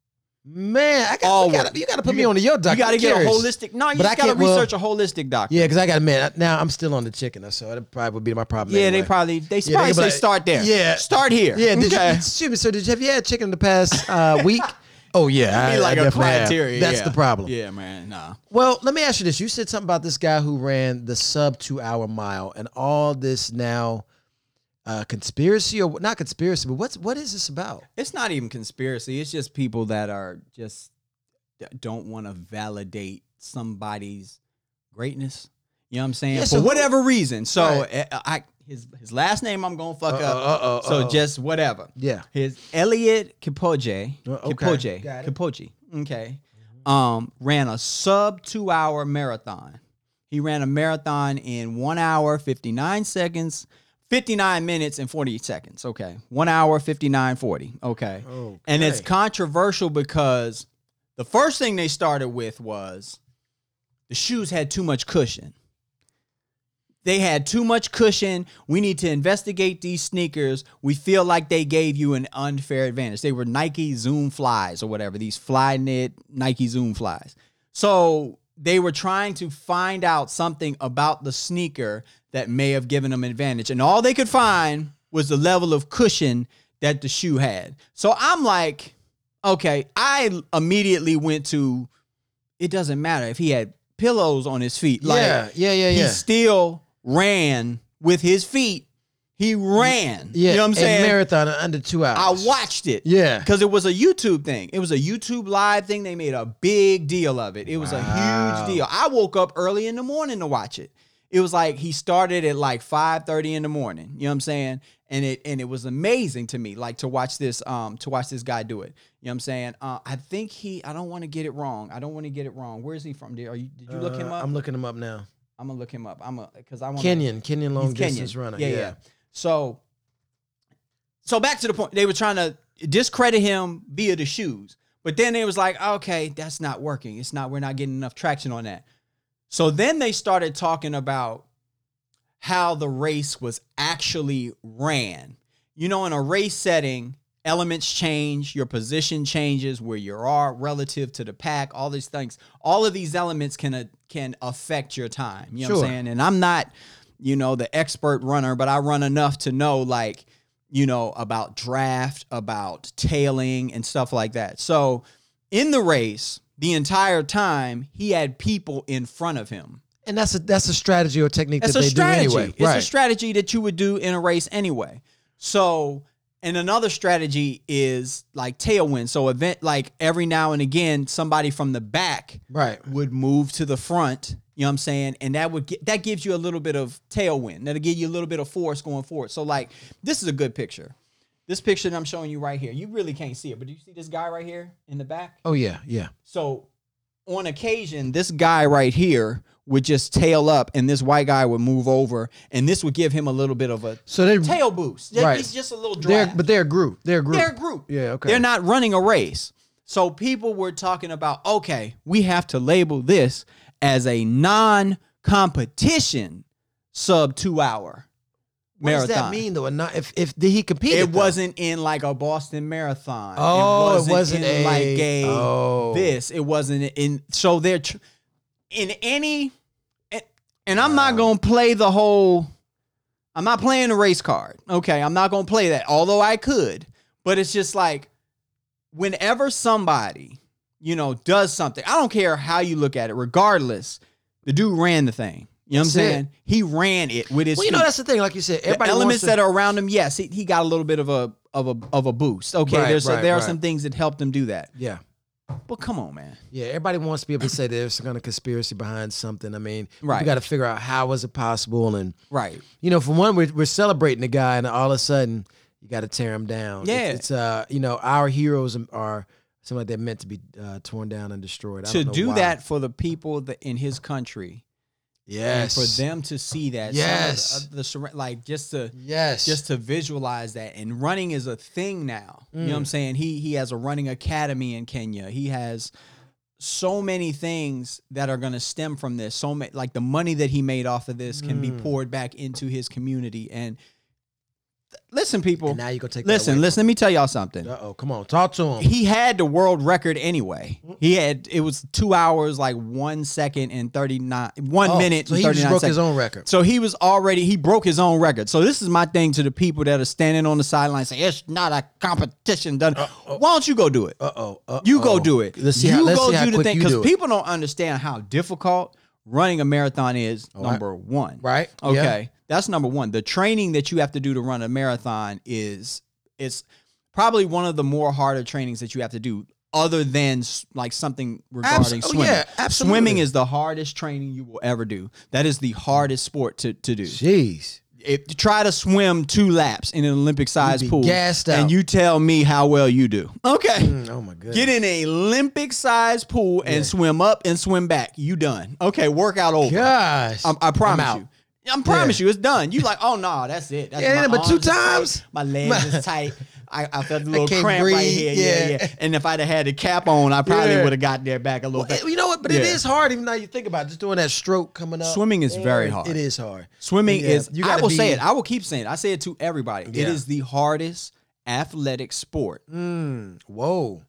Man, I got,
All
we gotta,
work.
you got to put
You
me
got-
on to your doctor.
you got to
I'm
get a
curious.
holistic. No, you
But I
just got to
can't- well,
research a holistic doctor.
Yeah, because I got a man. Now I'm still on the chicken, so that probably would be my problem.
Yeah,
anyway.
they probably they
they can
probably
be
say
like,
start there.
yeah.
start here.
Yeah, did
Okay.
you, excuse me, sir. Did you have you had chicken in the past uh, week? Oh yeah, I-
Be
I
like a
definitely have.
criteria.
That's
yeah.
the problem.
Yeah, man. Nah.
Well, let me ask you this. You said something about this guy who ran the sub two hour mile, and all this now uh, conspiracy or not conspiracy, but what's what is this about?
It's not even conspiracy. It's just people that are just that don't want to validate somebody's greatness. You know what I'm saying?
Yeah,
For
so who-
whatever reason. So uh, I his his last name I'm gonna fuck up.
Uh-oh, uh-oh,
so
uh-oh.
just whatever.
yeah,
His Elliot Kipoje,
Uh, okay.
Kipoje,
Got it.
Kipoche, okay, um, ran a sub two hour marathon. He ran a marathon in one hour fifty nine seconds, fifty nine minutes and forty seconds. Okay, one hour fifty nine forty. Okay, and it's
Okay.
controversial because the first thing they started with was the shoes had too much cushion. They had too much cushion. We need to investigate these sneakers. We feel like they gave you an unfair advantage. They were Nike Zoom Flies or whatever, these fly knit Nike Zoom Flies. So they were trying to find out something about the sneaker that may have given them an advantage. And all they could find was the level of cushion that the shoe had. So I'm like, okay, I immediately went to it doesn't matter if he had pillows on his feet. Like,
yeah, yeah, yeah,
he
yeah.
still ran with his feet. He ran.
yeah,
You know what I'm
a
saying?
marathon in under two
I
hours.
watched it.
Yeah.
Because it was a YouTube thing. It was a YouTube live thing. They made a big deal of it. It was
Wow.
a huge deal. I woke up early in the morning to watch it. It was like he started at like 5:30 in the morning. You know what I'm saying? And it and it was amazing to me, like to watch this, um, to watch this guy do it. You know what I'm saying? Uh, I think he, I don't want to get it wrong. I don't want to get it wrong. Where is he from? Did, are you, did you look him
Uh,
up?
I'm looking him up now.
I'm gonna look him up. I'm a because I want
Kenyan, Kenyan long
He's Kenyan.
distance runner.
Yeah, yeah, So, so back to the point, they were trying to discredit him via the shoes, but then it was like, okay, that's not working. It's not. We're not getting enough traction on that. So then they started talking about how the race was actually ran. You know, in a race setting, elements change, your position changes, where you are relative to the pack, all these things. All of these elements can uh, can affect your time. You know what
Sure.
I'm saying? And I'm not, you know, the expert runner, but I run enough to know like, you know, about draft, about tailing and stuff like that. So, in the race, the entire time, he had people in front of him.
And that's a that's a strategy or technique
It's
that
a
they
strategy.
do anyway.
It's a strategy that you would do in a race anyway. So, and another strategy is like tailwind. So, event like every now and again, somebody from the back
right.
would move to the front. You know what I'm saying? And that would get, that gives you a little bit of tailwind. That'll give you a little bit of force going forward. So, like this is a good picture. This picture that I'm showing you right here, you really can't see it, but do you see this guy right here in the back?
Oh yeah, yeah.
So on occasion, this guy right here would just tail up and this white guy would move over and this would give him a little bit of a
So they
tail boost. He's
Right.
just a little
they're
draft.
but they're a group. They're a group.
They're a group.
Yeah, okay.
They're not running a race. So people were talking about, okay, we have to label this as a non-competition sub two hour
What
marathon.
does that mean though? And not if if did he compete?
It wasn't in like a Boston Marathon.
Oh, it wasn't
in like
a-
a
oh.
this. It wasn't in. So they're tr- in any, and, and I'm not gonna play the whole. I'm not playing the race card. Okay, I'm not gonna play that, although I could. But it's just like whenever somebody, you know, does something, I don't care how you look at it, regardless, the dude ran the thing. You know what I'm
That's it.
saying? He ran it with his
Well, you know
feet.
that's the thing. Like you said,
the
everybody
elements
wants to,
that are around him, yes, he, he got a little bit of a of a of a boost. Okay,
Right,
there's a-
right,
there are
right.
some things that helped him do that.
yeah,
But come on, man.
yeah. Everybody wants to be able to say there's some kind of conspiracy behind something. I mean,
Right.
You got to figure out how was it possible, and
Right.
you know, for one, we're, we're celebrating the guy, and all of a sudden, you got to tear him down.
Yeah.
it's, it's, uh, you know, our heroes are something like they're meant to be uh, torn down and destroyed. I
to
don't know
do
why.
that for the people that in his country and
yes,
for them to see that some of the-
Yes.
of the, surra- like just to
yes,
just to visualize that and running is a thing now you know
Mm.
what i'm saying he he has a running academy in kenya he has so many things that are going to stem from this so many like the money that he made off of this can be
Mm.
poured back into his community and th- listen people
And now you go take.
listen listen let me tell y'all something
Uh oh, come on, talk to him.
he had the world record anyway. He had it was two hours like one second and thirty nine one
Oh,
minute.
So
and
he
39
just broke
seconds.
his own record.
So he was already he broke his own record. So this is my thing to the people that are standing on the sidelines saying it's not a competition. Done. Why don't you go do it?
Uh oh,
You go do it.
Let's see
you
how- let's
go
see how
do the
quick
thing
you
because
do it.
people don't understand how difficult running a marathon is.
I-
number one,
right? Yeah.
Okay, that's number one. The training that you have to do to run a marathon is it's probably one of the more harder trainings that you have to do, other than s- like something regarding
oh,
swimming.
yeah, absolutely.
Swimming is the hardest training you will ever do. That is the hardest sport to to do.
Jeez.
If you try to swim two laps in an Olympic sized
You'd be
pool,
gassed out.
and you tell me how well you do. Okay.
Mm, Oh my goodness.
Get in an Olympic sized pool and swim up and swim back. You done. Okay, workout over.
Gosh.
I'm, I promise
out.
you. I promise you, it's done. You like, oh no, that's it. That's
Yeah,
my
but two
arms is tight.
times?
my legs is tight. I, I felt a little
can't
cramp right
breathe.
here. Yeah. yeah,
Yeah.
And if I'd have had the cap on, I probably
Yeah.
would have got there back a little.
Well,
bit.
it- Eh, you know what? But it
Yeah.
is hard. Even now you think about it, just doing that stroke coming up.
Swimming is very
Yeah,
hard.
It is hard.
Swimming
Yeah,
is.
you
I
gotta
will say
be-
it. I will keep saying it. I say it to everybody. It
Yeah.
is the hardest athletic sport.
Mm, whoa.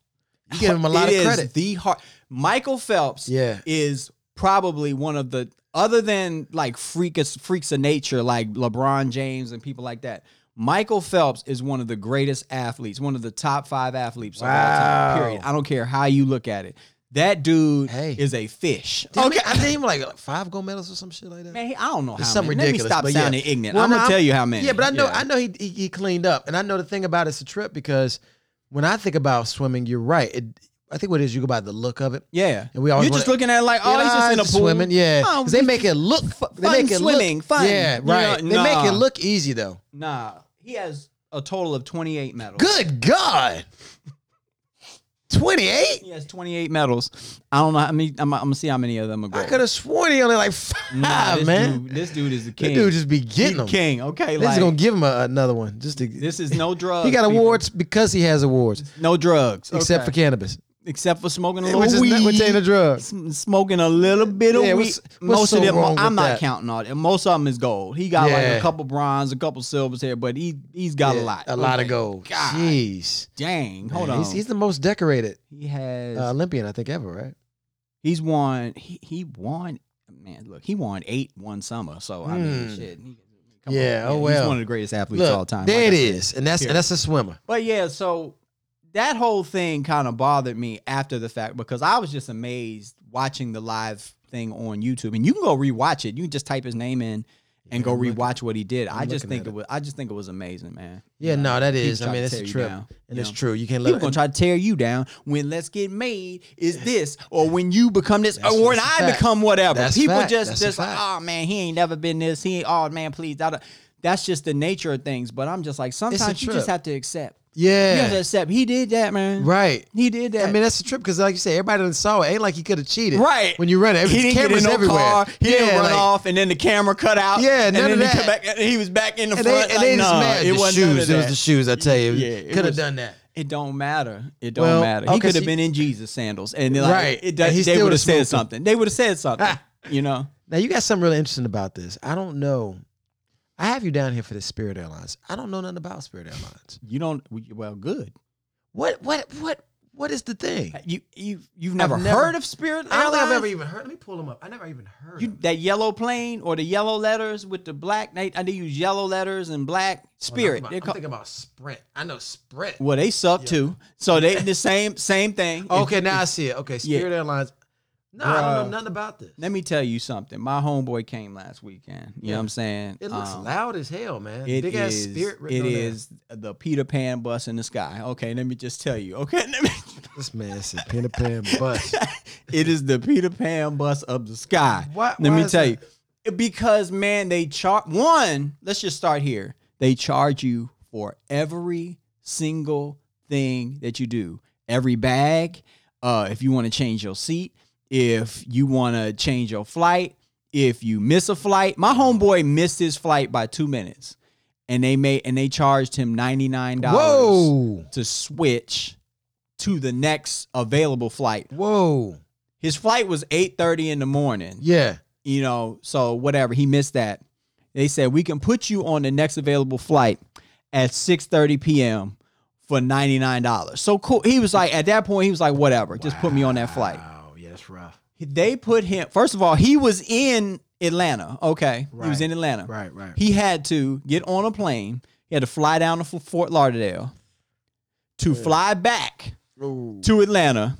You give him a lot
It
of
is
credit.
The hard. Michael Phelps.
Yeah.
is probably one of the other than like freaks freaks of nature like LeBron James and people like that. Michael Phelps is one of the greatest athletes, one of the top five athletes of all time.
Wow.
Period. I don't care how you look at it. That dude
Hey.
is a fish.
Damn
okay.
it, I think him like five gold medals or some shit like that.
Man, I don't know how
It's
many.
something
Let me
ridiculous.
stop
but yeah.
sounding ignorant.
Well,
I'm
no,
gonna tell you how many.
Yeah, but I know
Yeah.
I know he, he he cleaned up, and I know the thing about it's a trip because when I think about swimming, you're right. It, I think what it is you go about the look of it.
Yeah.
And we always
You're just
wanna-
looking at it like, oh,
Yeah,
he's just in a pool.
swimming. Yeah,
Oh,
'Cause they make it look. they
fun
make it
swimming,
look,
fun.
Yeah,
You know,
right. They make
nah.
it look easy though.
Nah. He has a total of 28 medals.
Good God. 28?
He has 28 medals. I don't know how many. I'm, I'm gonna see how many of them are
I
gold.
could have sworn he only like five,
Nah, this
man.
Dude, this dude is the
This
king.
dude just be
He
getting them. This
king. Okay,
is
like
gonna give him a, another one. Just to,
this is no drugs.
he got
people.
awards because he has awards,
No drugs,
except
Okay.
for cannabis,
except for smoking a little
which is
weed.
not, which ain't a drug.
S- Smoking a little bit of
Yeah,
weed.
what's- what's
Most
so
of them,
wrong
I'm
with
not
that?
counting all that. Most of them is gold. He got like a
Yeah.
couple bronze, a couple silvers here, but he he's got
Yeah,
a lot,
a lot
Okay.
of gold.
God.
Jeez,
Dang, hold
Man,
on.
He's, he's the most decorated
he has
uh, Olympian I think ever, right?
he's won. He, he won. Man, look, he won eight one summer. So I mean,
Mm.
shit. he- come
Yeah, oh
He's
well.
one of the greatest athletes
Look,
of all time.
there
like
it
I said.
is, and that's
Here.
and that's a swimmer.
But yeah, so that whole thing kind of bothered me after the fact because I was just amazed watching the live thing on YouTube. And you can go rewatch it. You can just type his name in and go
I'm looking-
rewatch what he did. i
I'm
just
looking
think
at
it
it.
was I just think it was amazing, man.
Yeah,
You know,
no, that
people
is.
try
I mean,
to
it's
tear
a
you
trip,
down,
and
you
it's
know.
true. You can't
People
let
gonna try to tear you down when let's get made is this or when you become this
That's-
or when
that's a
I
fact.
become whatever.
That's
People
fact.
just
That's a
just like,
fact.
oh man, he ain't never been this. He ain't oh man, please. da, da." That's just the nature of things. But I'm just like sometimes you
trip.
just have to accept. You have to
Yeah,
accept he did that, man.
right.
He did that.
I mean, that's the trip because, like you say, everybody done saw it. Ain't like he could have cheated.
Right.
When you run it,
he didn't get in
cameras
no
everywhere.
car. He
yeah,
didn't run
like,
off, and then the camera cut out.
Yeah,
and
none
then
of
he
that.
Come back, and he was back in the
And they,
front.
and
like,
they just
nah,
mad.
it
the
wasn't none of
shoes. It was
that.
the shoes. I tell you,
Yeah, it
could have
was-
done that.
It don't matter. It don't
Well,
matter. he
okay,
could have
see-
been in Jesus sandals, and like,
Right. And
it,
he
does they
still
would have
would've
said
smoked 'em.
something. They would have said something. you know,
Now you got something really interesting about this. I don't know. I have you down here for the Spirit Airlines. I don't know nothing about Spirit Airlines.
you don't. Well, good.
What? What? What? What is the thing?
You you you've never,
never-
heard of Spirit
I don't think I've
Airlines?
ever even heard. Let me pull them up. I never even heard.
You,
of it.
that yellow plane or the yellow letters with the black. They, I they use yellow letters and black
Hold on, I'm
Spirit.
about-
They're
I'm,
called-
thinking about Sprint. I know Sprint.
well, they suck too. So they the same same thing.
Okay, now I see it. Okay, Spirit Airlines. No, I don't
Bruh.
know nothing about this.
Let me tell you something. My homeboy came last weekend. You know what I'm saying?
It looks
Um,
loud as hell, man.
It
Big ass
is-
Spirit.
it
written on there.
is the Peter Pan bus in the sky. Okay, let me just tell you. Okay, let me,
This man said Peter Pan bus.
it is the Peter Pan bus of the sky.
What-
Let
why
me
is
tell
that?
you, because man, they charge one. Let's just start here. They charge you for every single thing that you do, every bag. Uh, if you want to change your seat, if you want to change your flight, if you miss a flight, my homeboy missed his flight by two minutes, and they made and they charged him ninety nine dollars
Whoa.
to switch to the next available flight.
Whoa.
His flight was 8:30 in the morning.
Yeah.
You know, so whatever, he missed that. They said we can put you on the next available flight at 6:30 p.m. for $99. So cool. He was like at that point he was like whatever, just put me on that flight.
Oh, yeah, that's rough.
They put him First of all, he was in Atlanta. Okay. He was
Right.
in Atlanta.
Right, right.
He had to get on a plane. He had to fly down to F- Fort Lauderdale to fly back to Atlanta,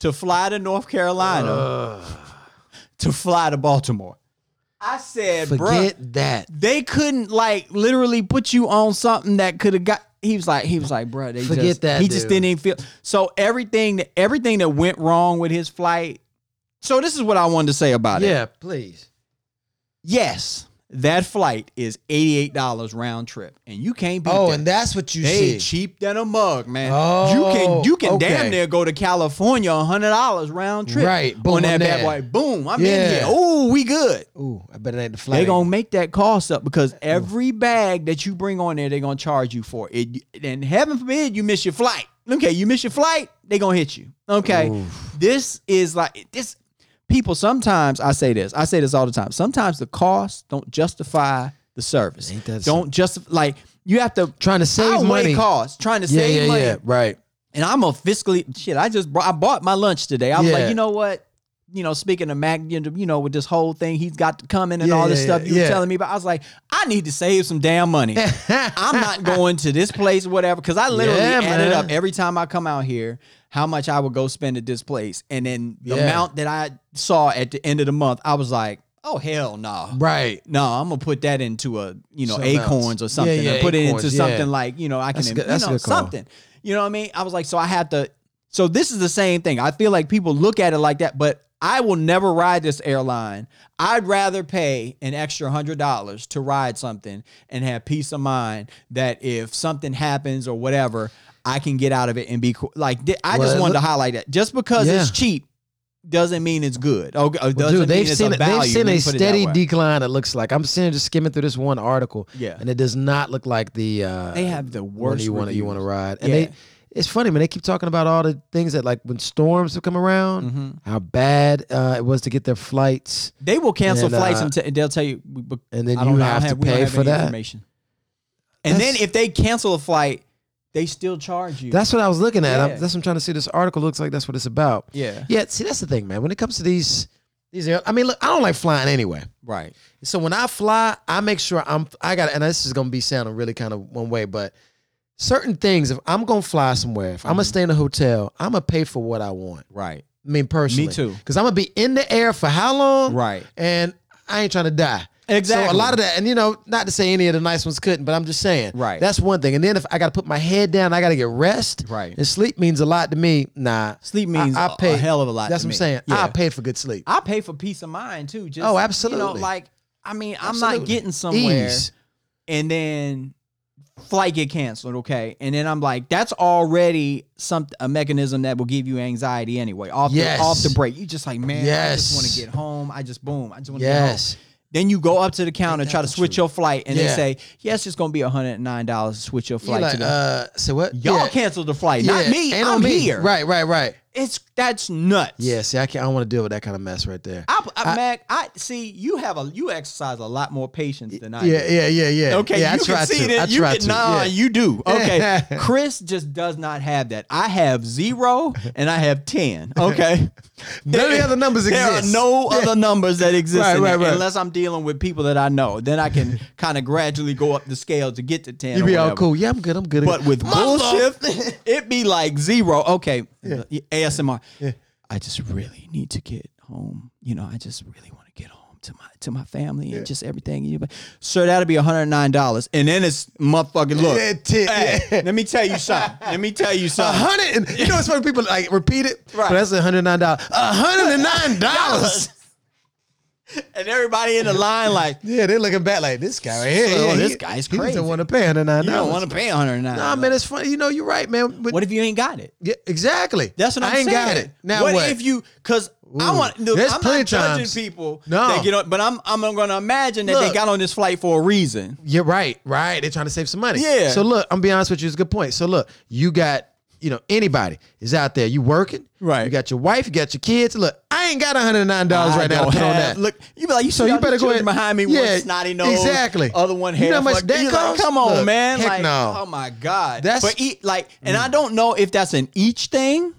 to fly to North
Uh,
Carolina, to fly to Baltimore. I said, bro,
Forget that.
they couldn't like literally put you on something that could have got. He was like, he was like, bro, they
Forget
just,
that,
He just
dude.
didn't even feel. So everything, that everything that went wrong with his flight. So this is what I wanted to say about it.
Yeah, please.
Yes, that flight is eighty-eight dollars round trip, and you can't beat
Oh,
that.
and that's what you see.
they cheap than a mug, man. you
Oh,
can you can
okay.
damn near go to California hundred dollars round trip,
Right, boom,
on
I'm
that bad
there.
boy. Boom, I'm
Yeah.
in here. Oh, we good.
Ooh, I bet it ain't the flight.
They gonna make that cost up because every bag that you bring on there, they gonna charge you for it. And heaven forbid you miss your flight. Okay, you miss your flight, they gonna hit you. Okay, this is like this. People sometimes I say this. I say this all the time. Sometimes the cost don't justify the service.
Ain't that
don't justify like you have to
trying to save
outweigh
money.
costs, trying to
yeah,
save
yeah,
money.
yeah. Right.
And I'm a fiscally shit. I just brought, I bought my lunch today. I was
Yeah.
like, you know what? You know, speaking of Mac, you know, you know, with this whole thing, he's got to come in and
Yeah,
all this
yeah,
stuff
yeah,
you
yeah.
were telling me about. I was like, I need to save some damn money. I'm not going to this place, whatever, because I literally
Yeah,
added
man.
up every time I come out here how much I would go spend at this place, and then the
Yeah.
amount that I saw at the end of the month, I was like, oh hell no,
Right.
no, I'm gonna put that into a you know
Something else.
acorns or something,
Yeah, yeah,
and put
acorns,
it into
yeah.
something like you know I can
That's a good-
you
that's a
know
good call.
something. You know what I mean? I was like, so I had to. So this is the same thing. I feel like people look at it like that, but I will never ride this airline. I'd rather pay an extra hundred dollars to ride something and have peace of mind that if something happens or whatever, I can get out of it and be cool. Like th- I
Well,
just
it
wanted
look-
to highlight that. Just because it's
Yeah.
cheap doesn't mean it's good. Okay, uh, doesn't
Well, dude,
mean
they've
it's
seen
a value.
they've seen
Let
a
me put it that
steady
way.
decline. It looks like I'm sitting just skimming through this one article.
Yeah.
and it does not look like the uh,
They have the
one
worst
you want you
reviews.
want to ride. And
Yeah.
they, it's funny man. They keep talking about all the things that like when storms have come around,
Mm-hmm.
how bad uh, it was to get their flights,
They will cancel
And,
flights
uh,
and, t- and they'll tell you. we- we-
and then
I don't
you
know, I
have
don't
to
we don't
pay
have
for
any
that.
Information. And then
That's-
if they cancel a flight, they still charge you.
That's what I was looking at. I'm,
Yeah.
that's what I'm trying to see. This article looks like that's what it's about.
yeah,
Yeah, see, that's the thing, man. When it comes to these, these, air- I mean, look, I don't like flying anyway.
right.
So when I fly, I make sure I'm I got and this is gonna be sounding really kind of one way, but certain things, if I'm gonna fly somewhere, if I'm
Mm-hmm.
gonna stay in a hotel, I'm gonna pay for what I want.
Right.
I mean personally.
too.
Because I'm gonna be in the air for how long?
Right.
And I ain't trying to die. So
Exactly.
a lot of that, and you know, not to say any of the nice ones couldn't, but I'm just saying.
Right.
That's one thing. And then if I gotta put my head down, I gotta get rest.
Right.
And sleep means a lot to me. Nah.
Sleep means
I, I
a- a
pay,
hell of a lot
That's
to
what
me.
I'm saying.
Yeah.
I pay for good sleep.
I pay for peace of mind too. Just
Oh,
You
absolutely.
know, like I mean, I'm
Absolutely.
not getting somewhere
Ease.
and then flight get canceled. Okay, and then I'm like, that's already some a mechanism that will give you anxiety anyway. Off
Yes.
the off the break, you just like man, I just want
Yes.
to get home. I just boom, I just want to get home.
Yes.
Then you go up to the counter, try to switch your flight, and
Yeah.
they say, "Yes, it's going to be one hundred and nine dollars to switch your
You're
flight."
like,
to the,
uh, so what?
Y'all
Yeah.
canceled the flight,
Yeah,
not me.
ain't
I'm
on me.
here.
Right, right, right.
It's that's nuts.
Yeah, see, I can't. I don't want to deal with that kind of mess right there.
I, I, Mac, I see you have a you exercise a lot more patience than I.
yeah,
do.
yeah, yeah, yeah.
Okay,
yeah,
you can see that. you can, nah, you do. Okay,
Yeah.
Chris just does not have that. I have zero and I have ten. Okay,
None of the other numbers
there
exist.
are no other numbers that exist
Right,
in
right,
that,
right.
unless I'm dealing with people that I know. Then I can kind of gradually go up the scale to get to ten.
You
or
be all
whatever.
cool. Yeah, I'm good. I'm good.
But with bullshit, it be like zero. Okay, ASMR. I just really need to get home. You know, I just really want to get home to my to my family and just everything. You, sir, that'll be one hundred nine dollars, and then it's motherfucking look.
Yeah, tit,
hey,
yeah. Uh-huh.
let me tell you something. Let me tell you
a
something.
hundred, and you know it's funny. People like repeat it.
Right.
But that's a hundred nine dollars. A hundred and nine dollars.
And everybody in the line like,
Yeah, they're looking back like this guy right here.
So
yeah,
Oh, this
he-
guy's
He
crazy.
doesn't want to pay hundred nine
you don't
dollars.
want to pay one hundred nine.
Nah, man, it's funny. You know, you're right, man. But
what if you ain't got it?
yeah, exactly.
That's what I'm
I ain't
saying.
got it. Now
what,
what?
if you? Because I
Ooh.
want. Look,
There's
I'm
plenty
not
of
judging
times.
people.
No.
that get on, but I'm I'm going to imagine that they
Look.
got on this flight for a reason.
You're right, right. They're trying to save some money.
Yeah.
So look, I'm being honest with you. It's a good point. So look, you got, you know, anybody is out there. You working?
Right.
You got your wife. You got your kids. Look, I ain't got 109 dollars right now to
don't
put on
have-
that.
Look, you be like, you
so you better go ahead
behind me.
Yeah,
one snotty nose,
exactly.
Other one
You
hair.
know how much
fuck-
that
you like,
costs?
come on,
Look,
man.
heck
like,
no.
Oh my god.
That's- Mm.
but eat like, and I don't know if that's an each thing.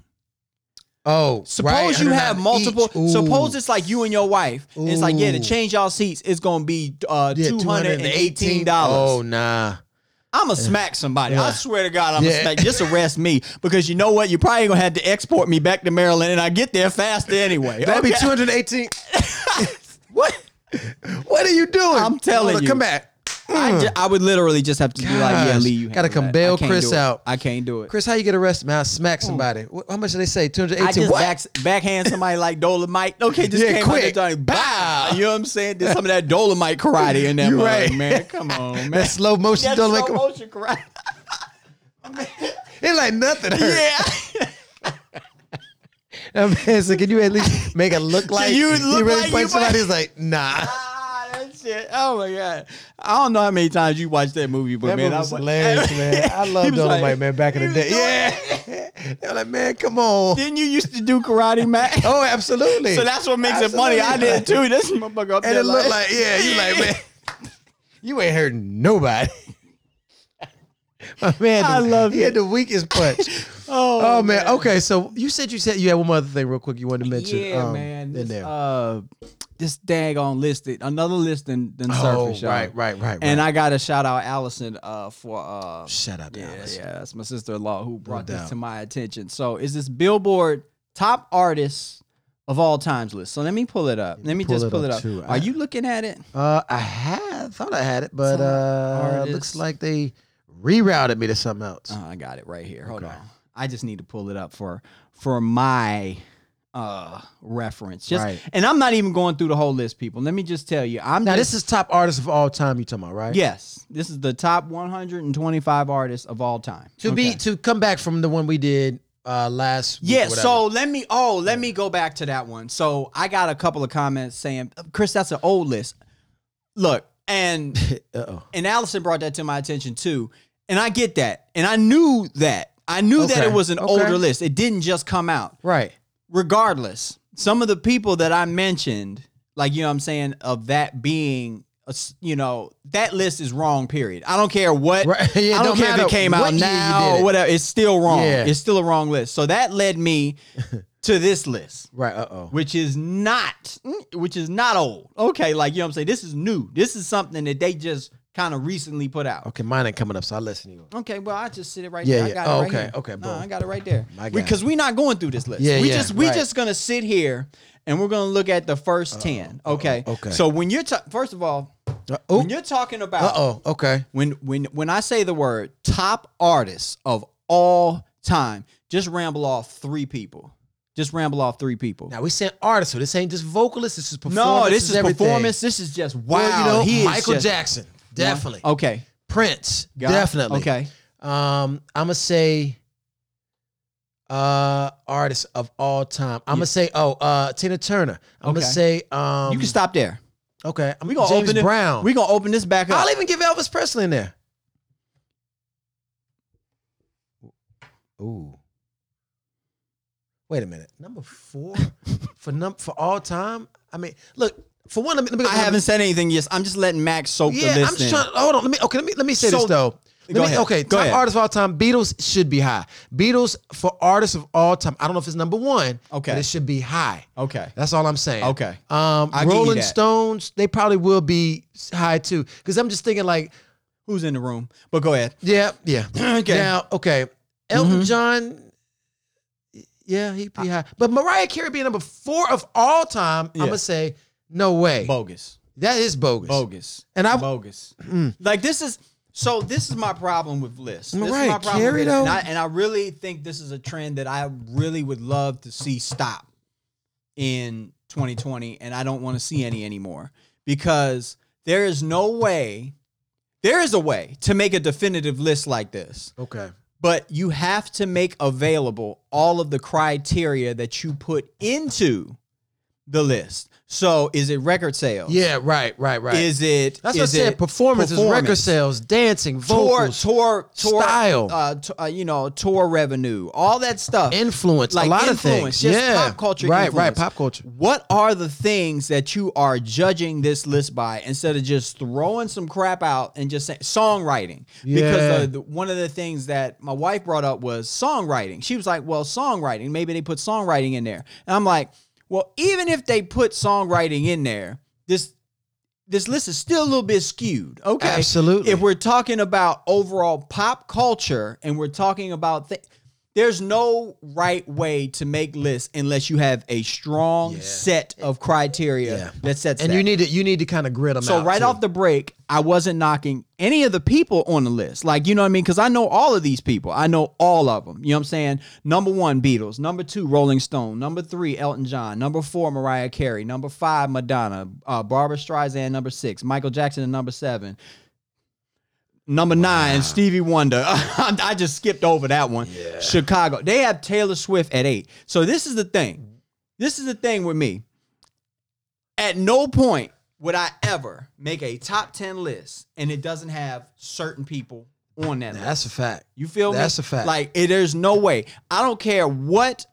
oh,
Suppose
right,
you have
109
multiple.
each. Ooh.
Suppose it's like you and your wife. and it's like yeah, to
Ooh.
change y'all seats, it's gonna be uh,
Yeah,
two hundred and eighteen dollars.
Oh nah.
I'm gonna smack somebody. I
Yeah.
swear to God, I'm gonna
Yeah.
smack. Just arrest me because you know what? You're probably gonna have to export me back to Maryland, and I get there faster anyway.
That'd be
Okay.
218.
what?
What are you doing?
I'm telling
Lola,
you.
Come back.
I, ju- I would literally just have to be like, yeah,
Hmm. Gosh.
Lee, you
Gotta
handle
come
that.
bail
I can't
Chris
do it.
out.
I can't do it.
Chris, how you get arrested, man? I smack somebody. Wh- How much did they say?
I
218.
just
What?
back, backhand somebody like Dolomite. Okay, just
Yeah,
came
quick.
out there talking, bow. You know what I'm saying? Did some of that Dolomite karate in that
You
mug,
right.
man. Come on, man.
that slow motion.
That's
don't
slow
make them-
motion karate.
It like nothing hurt.
yeah.
I'm saying, so can you at least make it look like
you look
really
like you
punch somebody?
might-
It's like, nah.
Ah, that shit. Oh my god! I don't know how many times you watched that movie, but
That
man,
movie was
I wa-
hilarious, man. I
He
love
was
Dolomite,
like-
man, back in
he
the
was
day.
doing-
Yeah. they were like, man, come on.
Didn't you used to do karate, Mac?
Oh, absolutely.
so that's what makes it funny. I did
Absolutely.
too. This motherfucker up
And
there
it looked like, yeah, you like, man, you ain't hurting nobody. My man,
I love
he
it.
had the weakest punch.
oh,
Oh, man. Okay, so you said you said you had one more other thing real quick you wanted to mention.
yeah,
um,
man.
In
This,
there.
uh, this daggone listed another list than than
oh,
Surface, y'all.
right, right, right, right.
And I gotta shout out Allison uh, for uh,
shut up,
yeah,
Alice.
yeah, that's my sister-in-law who brought this
doubt.
to my attention. So is this Billboard top artists of all times list? So let me pull it up. Let me
Pull
just
it
pull
up,
it up.
too.
Are
I-
you looking at it?
Uh, I had thought I had it, but
Some
uh,
artists.
looks like they rerouted me to something else.
Oh, I got it right here. Hold
Okay.
on. I just need to pull it up for for my uh reference. Just
Right.
and I'm not even going through the whole list, people. Let me just tell you. I'm
now
just,
this is top artists of all time. You talking about right?
Yes, this is the top 125 artists of all time.
To be to come back from the one we did uh last. week or
Yeah,
whatever.
so let me oh, let me go back to that one. So I got a couple of comments saying, "Chris, that's an old list." Look, and
Uh-oh.
and Allison brought that to my attention too, and I get that. And I knew that. I knew that it
Okay,
was an
okay.
older list. It didn't just come out.
Right.
regardless, some of the people that I mentioned, like you know what I'm saying, of that being a s- you know, that list is wrong, period. I don't care what
Right. Yeah,
I
don't
don't, care if
matter
it came
what year
out
you
now
did
or
it.
whatever. It's still wrong.
Yeah.
It's still a wrong list. So that led me to this list.
Right. Uh oh.
Which is not which is not old. Okay, like you know what I'm saying? This is new. This is something that they just kind of recently put out.
Okay, mine ain't coming up, so I listen to you.
Okay, well, I just sit it right
Yeah,
there. I
yeah.
got
Oh,
it right
okay,
here.
okay,
No,
boom.
I got it right there.
I got
Because we're not going through this list.
Yeah,
we
yeah,
just we
right. Uh,
just gonna sit here and we're gonna look at the 1st ten. Okay.
okay.
So when you're ta- first of all,
Oh.
when you're talking about
Uh oh. Okay.
when when when I say the word top artists of all time, just ramble off three people. Just ramble off three people.
Now we saying artists, so this ain't just vocalists. This is performance.
no, this is
everything.
performance. This is just wow.
Well, you
he
know,
is
Michael
just-
Jackson, definitely.
Okay.
Prince,
got it.
definitely.
Okay.
Um, I'm gonna say uh artists of all time. I'm
Yeah.
gonna say oh uh Tina Turner. I'm
Okay.
gonna say um
You can stop there.
Okay, I'm
We gonna
James
open it-
Brown.
We're gonna open this back up.
I'll even give Elvis Presley in there. Ooh. Wait a minute, number four for num for all time. I mean, look for one. Let me. Let me
I haven't said anything yet. I'm just letting Max soak
Yeah,
the
I'm
list
just
in.
trying. Hold on. Let me. Okay. Let me. Let me say
So-
this though. Let
Go
me,
ahead.
Okay.
Go
top
ahead.
artists of all time. Beatles should be high. Beatles for artists of all time. I don't know if it's number one.
Okay.
But it should be high.
Okay.
That's all I'm saying.
Okay.
Um,
I'll give you
Rolling
that.
Stones. They probably will be high too. Because I'm just thinking like,
Who's in the room? But go ahead.
yeah, yeah.
Okay. Mm-hmm.
Now, okay. Elton John. Yeah, he'd be high. But Mariah Carey being number four of all time.
Yeah.
I'm gonna say no way.
bogus.
that is bogus.
Bogus.
And I- Mm.
bogus. like this is so this is my problem with lists. This is my
Mariah
problem
Carey,
with lists. And
though?
I, and I really think this is a trend that I really would love to see stop in 2020 and I don't want to see any anymore because there is no way there is a way to make a definitive list like this
Okay.
but you have to make available all of the criteria that you put into the list. So is it record sales?
Yeah. Right. Right. Right.
Is it?
That's what I
is
said.
it
Performances, record
performance?
sales, dancing,
tour,
vocals,
tour, tour
style.
uh, t- uh, you know, tour revenue, all that stuff.
influence,
like
a lot
influence,
of things.
just
yeah.
pop culture
Right. Right.
influence.
Pop culture.
What are the things that you are judging this list by instead of just throwing some crap out and just saying songwriting? Because
Yeah.
uh, the, one of the things that my wife brought up was songwriting. She was like, well, songwriting, maybe they put songwriting in there. And I'm like, well, even if they put songwriting in there, this this list is still a little bit skewed. Okay.
Absolutely.
If we're talking about overall pop culture and we're talking about thi- there's no right way to make lists unless you have a strong
Yeah.
set of criteria
Yeah.
that sets
And
that.
you need to you need to kind of grid them out.
so right
too.
off the break, I wasn't knocking any of the people on the list. Like, you know what I mean? Because I know all of these people. I know all of them. You know what I'm saying? Number one, Beatles. Number two, Rolling Stone. Number three, Elton John. Number four, Mariah Carey. Number five, Madonna. Uh, Barbara Streisand. Number six, Michael Jackson. And number seven. Number nine, Stevie Wonder. I just skipped over that one. Chicago. They have Taylor Swift at eight. So this is the thing. This is the thing with me. At no point would I ever make a top 10 list and it doesn't have certain people on that list.
That's a fact.
You feel me?
That's a fact.
Like, it, there's no way. I don't care what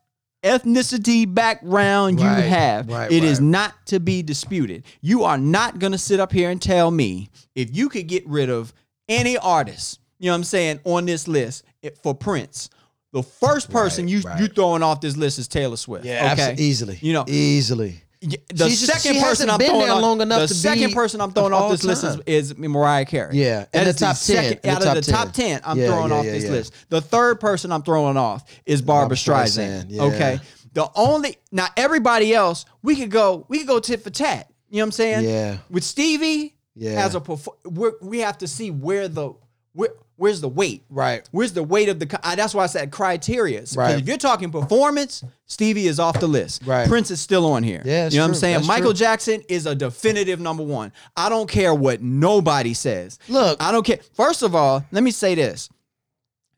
ethnicity background
Right,
you have.
right,
It is
right.
not to be disputed. You are not going to sit up here and tell me if you could get rid of any artist, you know what I'm saying, on this list it, for Prince. The first person
Right,
you
right.
you throwing off this list is Taylor Swift.
Yeah.
okay,
abso- easily.
You know,
Easily.
Y- the
She's just-
second
she
person
hasn't
I'm
been
throwing
there
off,
long enough
the
to be
second person I'm throwing
of
off
all
this list
time.
is, is Mariah Carey.
Yeah, in
That
the
is
top 10,
second-
in the
out of the
top 10.
top ten, I'm
Yeah,
throwing
yeah,
off
yeah,
this
yeah.
list. The third person I'm throwing off is Barbara,
Barbra
Streisand.
Streisand, yeah.
Okay, the only now everybody else we could go we could go tit for tat. You know what I'm saying?
Yeah.
With Stevie
Yeah.
as a perfor- we're, we have to see where the where, where's the weight
Right.
Where's the weight of the? co- I, that's why I said criteria. Because
Right.
if you're talking performance, Stevie is off the list.
Right.
Prince is still on here.
Yeah,
you know
it's
what I'm
true.
saying.
That's
Michael
true.
Jackson is a definitive number one. I don't care what nobody says.
Look.
I don't care. First of all, let me say this: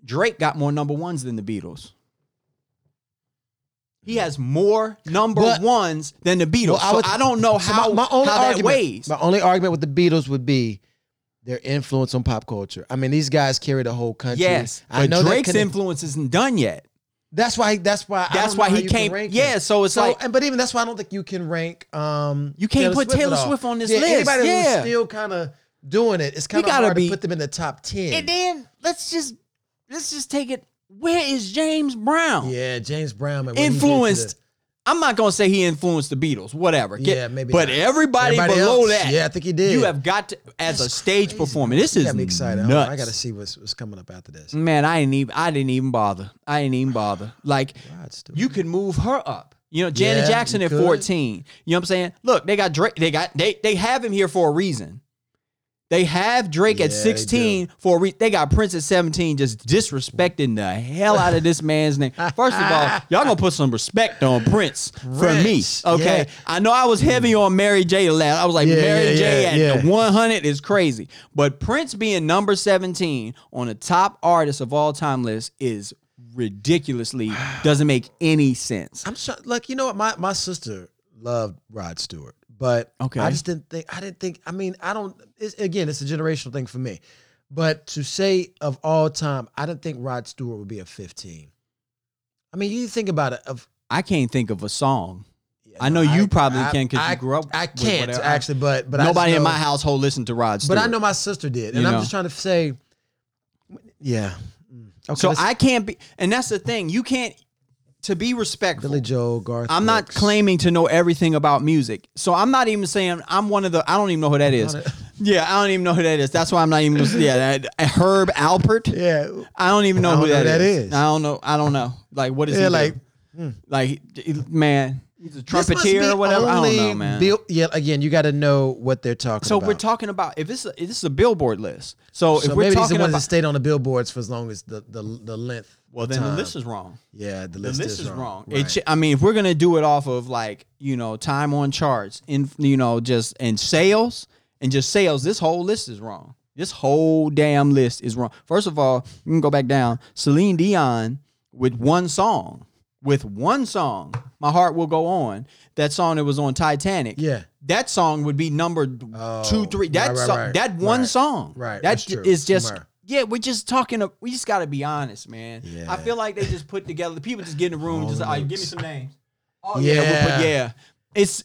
Drake got more number ones than the Beatles. He has more number
But-
ones than the Beatles.
Well, I
so
would-
I don't know
So
how, how that
argument,
weighs.
My only argument with the Beatles would be their influence on pop culture. I mean, these guys carry the whole country.
Yes,
I
but
know that
Drake's
can-
influence isn't done yet.
That's why. That's why. I
That's
don't
why
know how
he
you can
came-
rank
yeah,
them.
so it's like-
and- but even that's why I don't think you can rank. Um,
You can't put
at
Taylor
all.
Swift on this
yeah,
list,
Anybody
yeah.
who's still kind of doing it, it's kind of
gotta
hard
be-
to put them in the top ten.
And then let's just let's just take it. Where is James Brown?
yeah, James Brown man, what he did to
Influenced.
the-
I'm not gonna say he influenced the Beatles. Whatever.
Yeah, maybe
But
not.
everybody,
Everybody
below
else,
that,
yeah, I think he did.
You have got to as a stage performer. This
You
is
got me excited. Hold on,
Nuts. Mm.
I got to see what's, what's coming up after this.
Man, I didn't even I didn't even bother. I didn't even bother. Like
God, Stuart.
you could move her up. You know, Janet
Yeah,
Jackson
you
at
could.
14. You know what I'm saying? Look, they got Drake, they got they they have him here for a reason. They have Drake at
Yeah, they
16 for a reason. They got Prince at 17 just disrespecting the hell out of this man's name. First of all, y'all gonna put some respect on Prince,
Prince,
for me. Okay.
yeah.
I know I was heavy on Mary J. last. I was like,
Yeah,
Mary
yeah,
J
yeah,
at
yeah.
the 100 is crazy. But Prince being number 17 on the top artist of all time list is ridiculously doesn't make any sense.
I'm sure, like you know what, my my sister loved Rod Stewart, but
Okay.
I just didn't think I didn't think. I mean, I don't. It's, again, it's a generational thing for me, but to say of all time, I didn't think Rod Stewart would be a 15. I mean, you think about it of
I can't think of a song.
Yeah,
I know you probably can 'cause
I-
you grew up
I
with
can't
whatever-
actually, but but I
Nobody
just
in
know-
my household listened to Rod Stewart.
But I know my sister did, and
You
I'm
know.
just trying to say, yeah. Mm. Okay,
so
let's-
I can't be, and that's the thing. You can't to be respectful.
Billy Joel, Garth.
I'm not
Brooks.
claiming to know everything about music, so I'm not even saying I'm one of the. I don't even know who that is. Yeah, I don't even know who that is. That's why I'm not even. Yeah, that, Herb Alpert.
Yeah,
I don't even know
I don't
who
know who that
is.
is.
I don't know. I don't know. Like what is
Yeah,
he?
like, hmm.
Like, like he- he- man, he's a
This must
trumpeter
be
or whatever. I don't know,
only
man.
Bill, yeah, again, you got to know what they're talking
so
about.
we're talking about if this this is a Billboard list. So,
So
if we're
maybe these are
talking
ones that
about
stayed on the billboards for as long as the the, the length.
well,
of
then the
time.
list is wrong.
yeah, the
The
list,
list is, wrong. It
Right.
sh- I mean, if we're gonna do it off of like you know time on charts in you know just and sales and just sales, this whole list is wrong. This whole damn list is wrong. First of all, you can go back down. Celine Dion with one song, with one song, "My Heart Will Go On." That song that was on Titanic.
yeah,
That song would be numbered
Oh,
two, three. That
right, right,
so-
right,
that one
right,
song.
right,
That
that's true.
is just
Right.
yeah. We're just talking. of- We just got to be honest, man.
Yeah.
I feel like they just put together. The people just get in the room.
All
just
the
like, "All right, give me
notes.
some names. Oh yeah, we'll
Yeah.
put, yeah. It's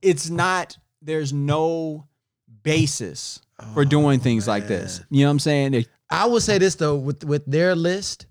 it's not. There's no basis for doing things like this.
Oh, man.
You know what I'm saying? It-
I will say this though, with with their list,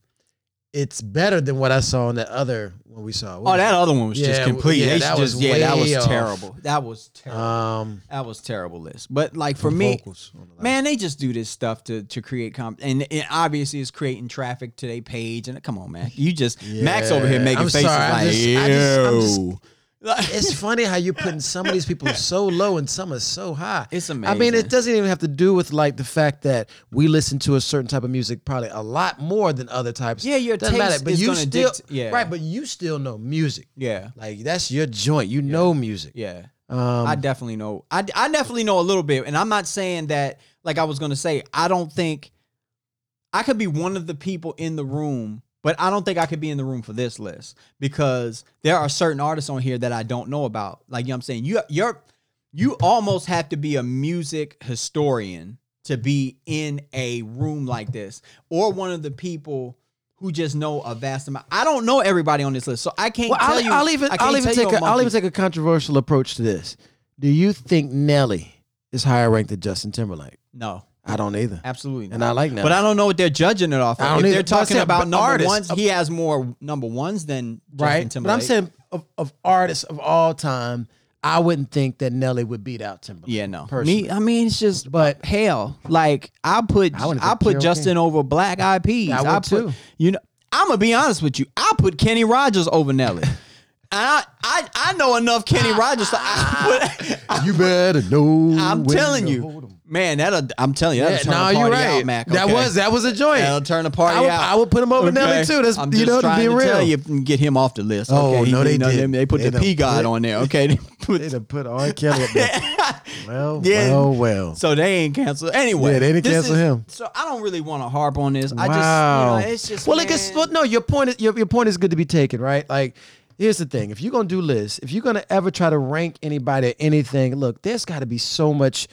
it's better than what I saw on that other one we saw. What
oh, that other one was
Yeah,
just
w-
complete.
yeah,
They
that
just-
was
yeah, that was
way off.
terrible. That was terrible.
um
that was terrible list. But like for me,
vocals on the last-
Man, they just do this stuff to to create comp, and, and obviously it's creting traffic to their page. And come on, man, you just Max over here
Yeah.
making
I'm
faces
sorry, I'm
like,
just- I just- I'm just-
"Ew." Like,
It's funny how you're putting some of these people so low and some are so high.
It's
I mean,
amazing.
it doesn't even have to do with like the fact that we listen to a certain type of music probably a lot more than other types.
Yeah, your
doesn't
taste
matter. But
is
you
gonna
still,
dict- yeah.
right? But you still know music.
yeah,
Like that's your joint. You know music.
yeah.
Um,
I definitely know. I, I definitely know a little bit, and I'm not saying that. Like I was gonna say, I don't think I could be one of the people in the room, but I don't think I could be in the room for this list because there are certain artists on here that I don't know about. Like you know what I'm saying, you you're you almost have to be a music historian to be in a room like this, or one of the people. Who just know a vast amount? I don't know everybody on this list, so I can't
well,
tell
I'll, e-
you.
I'll even
I can't
I'll even
tell you
take
a
a, I'll
monkey.
even take a controversial approach to this. Do you think Nelly is higher ranked than Justin Timberlake?
no,
I don't either,
absolutely. Not.
and I like Nelly.
But I don't know what they're judging it off.
I
Of.
don't either.
If they're
But I'm
talking
saying,
about
but
number
artists- uh,
ones, he has more number ones than Justin
right? But
Timberlake.
I'm saying of, of artists of all time, I wouldn't think that Nelly would beat out Timberlake.
yeah, no.
personally.
Me, I mean, it's just
But-
hell. Like I put,
I
I,
would've picked
put
Carole
Justin
King.
over Black Eyed Peas.
I would
put,
too.
You know, I'm gonna be honest with you. I put Kenny Rogers over Nelly. And I, I I know enough Kenny Rogers. So I put,
you better know.
I'm
when
telling
to
you,
hold 'em.
man. That'll I'm telling you. That'll
Yeah,
turn
nah,
the
you're
party
right.
out, Mac.
That
okay?
was that was a joint.
That'll turn the party
I would,
out.
I would put him over Nelly
Okay.
too. That's
I'm
you
just
know to
trying
be
to
real.
tell you and get him off the list.
Oh,
okay?
no,
He-
they
no,
didn't.
They put
They
the
done
P God
put-
on there. Okay.
They
They put-
done put R. Kelly up there. Well,
Yeah.
well, well.
so they ain't canceled anyway.
Yeah, they didn't
this
cancel
is-
him.
So I don't really want to harp on this.
Wow.
I just, you know, it's just
well, it gets,
man,
well, no, your point is your, your point is good to be taken, right? Like, here's the thing: if you're gonna do lists, if you're gonna ever try to rank anybody or anything, look, there's got to be so much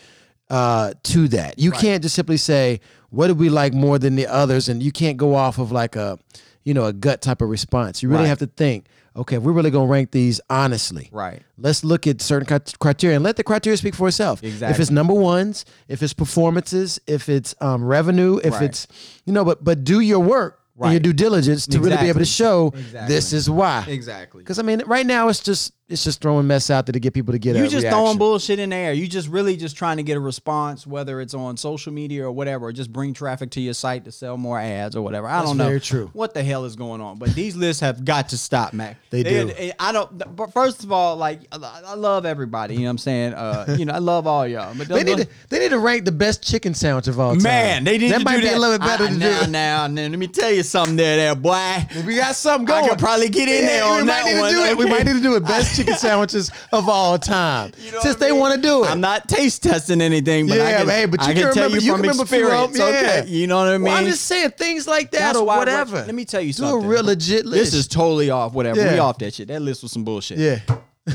uh, to that. You can't just simply say what do we like more than the others, and you can't go off of like a, you know, a gut type of response. You really
Right.
have to think. Okay, if we're really gonna rank these honestly.
right.
Let's look at certain cri- criteria and let the criteria speak for itself. If
Exactly.
it's number ones, if it's performances, if it's um, revenue, if
Right.
it's you know, but but do your work and your
Right.
due diligence to really be able to
Exactly.
show
Exactly.
this is why.
Exactly.
Because I mean, right now it's just it's just throwing mess out there to get people to get
You
a
just
reaction.
throwing bullshit in the air. You just really just trying to get a response, whether it's on social media or whatever, or just bring traffic to your site to sell more ads or whatever. I
That's
don't know.
very true.
What the hell is going on? But these lists have got to stop, Mac.
They do.
I don't. But first of all, like I I love everybody. You know what I'm saying? Uh, you know, I love all y'all. But
They need to, they need to rank the best chicken sandwich of all time.
man, they need
that
to
might
do
be a
that.
little bit better
I-
to
now,
do.
Now, now, let me tell you something, there, there, boy.
We got something going.
I could probably get in
Yeah,
there
we might
on that
need to
one.
do it. We
Okay.
might need to do it. Best chicken sandwiches of all time.
You know
Since
what I
they
mean?
want to do it.
I'm not taste testing anything, but I
Yeah,
can,
hey, but you
I
can
tell
remember-
you
you can
from
remember from your
experience.
own-
okay,
yeah.
you know what I mean.
Well, I'm just saying things like that
That's
or
why I-
whatever.
Let me tell you
do
something.
a real legit list.
This is totally off. Whatever. We
Yeah.
off that shit. That list was some bullshit.
yeah.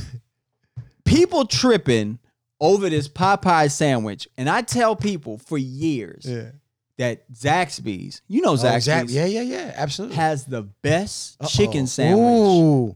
People tripping over this Popeye sandwich, and I tell people for years
Yeah.
that Zaxby's, you know
Oh,
Zaxby's,
Zax- Yeah, yeah, yeah. Absolutely.
has the best
Uh-oh.
chicken sandwich.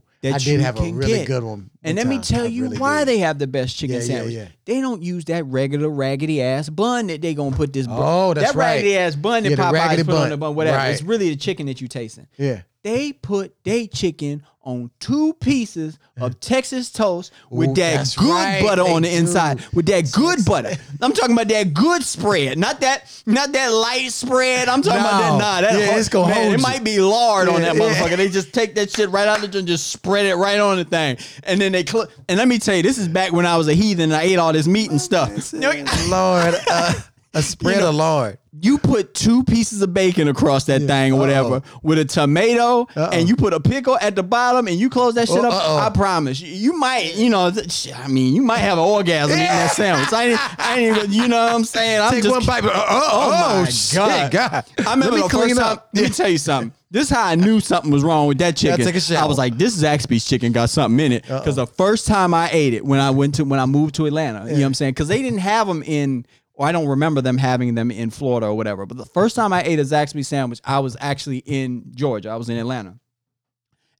Ooh.
that
I did
you
have a
can
really
get.
good one.
And
one
let me
time.
tell
I
you
really
why
did.
they have the best chicken
Yeah, yeah,
sandwich.
yeah.
They don't use that regular raggedy ass bun that they gonna put this. bun-
Oh, that's
that raggedy
right.
ass bun that
Yeah, the
Popeyes
raggedy
put on
bun.
the bun. Whatever.
Right.
It's really the chicken that you tasting.
Yeah.
They put they chicken on two pieces of Texas toast with
Ooh,
that
that's
good
right,
butter on
they
the inside.
do.
With that good butter. I'm talking about that good spread, not that not that light spread. I'm talking about that.
No.
Nah, that
Yeah,
hard-
it's gonna
man,
hold
It
you.
might be lard on
Yeah,
that
yeah.
motherfucker. They just take that shit right out of it and just spread it right on the thing. And then they clip. And let me tell you, this is back when I was a heathen and I ate all this meat and stuff.
Lord, uh, a spread
know-
of Lord.
You put two pieces of bacon across that thing or whatever with a tomato and you put a pickle at the bottom and you close that shit
Oh,
up.
uh-oh.
I promise. You, you might, you know, th- shit, I mean, you might have an orgasm eating that sandwich. I ain't, I ain't even, you know what I'm saying? I'm
Take
just
one bite. but, uh, Oh,
Oh,
oh,
my
shit,
God.
God.
I remember
Let me
the
clean
first
up.
time. Let me tell you something. This is how I knew something was wrong with that chicken.
take a shower.
I was like, this Zaxby's chicken got something in it. Because the first time I ate it when I went to when I moved to Atlanta, you know what I'm saying? Because they didn't have them in. Or I don't remember them having them in Florida or whatever. But the first time I ate a Zaxby sandwich, I was actually in Georgia. I was in Atlanta,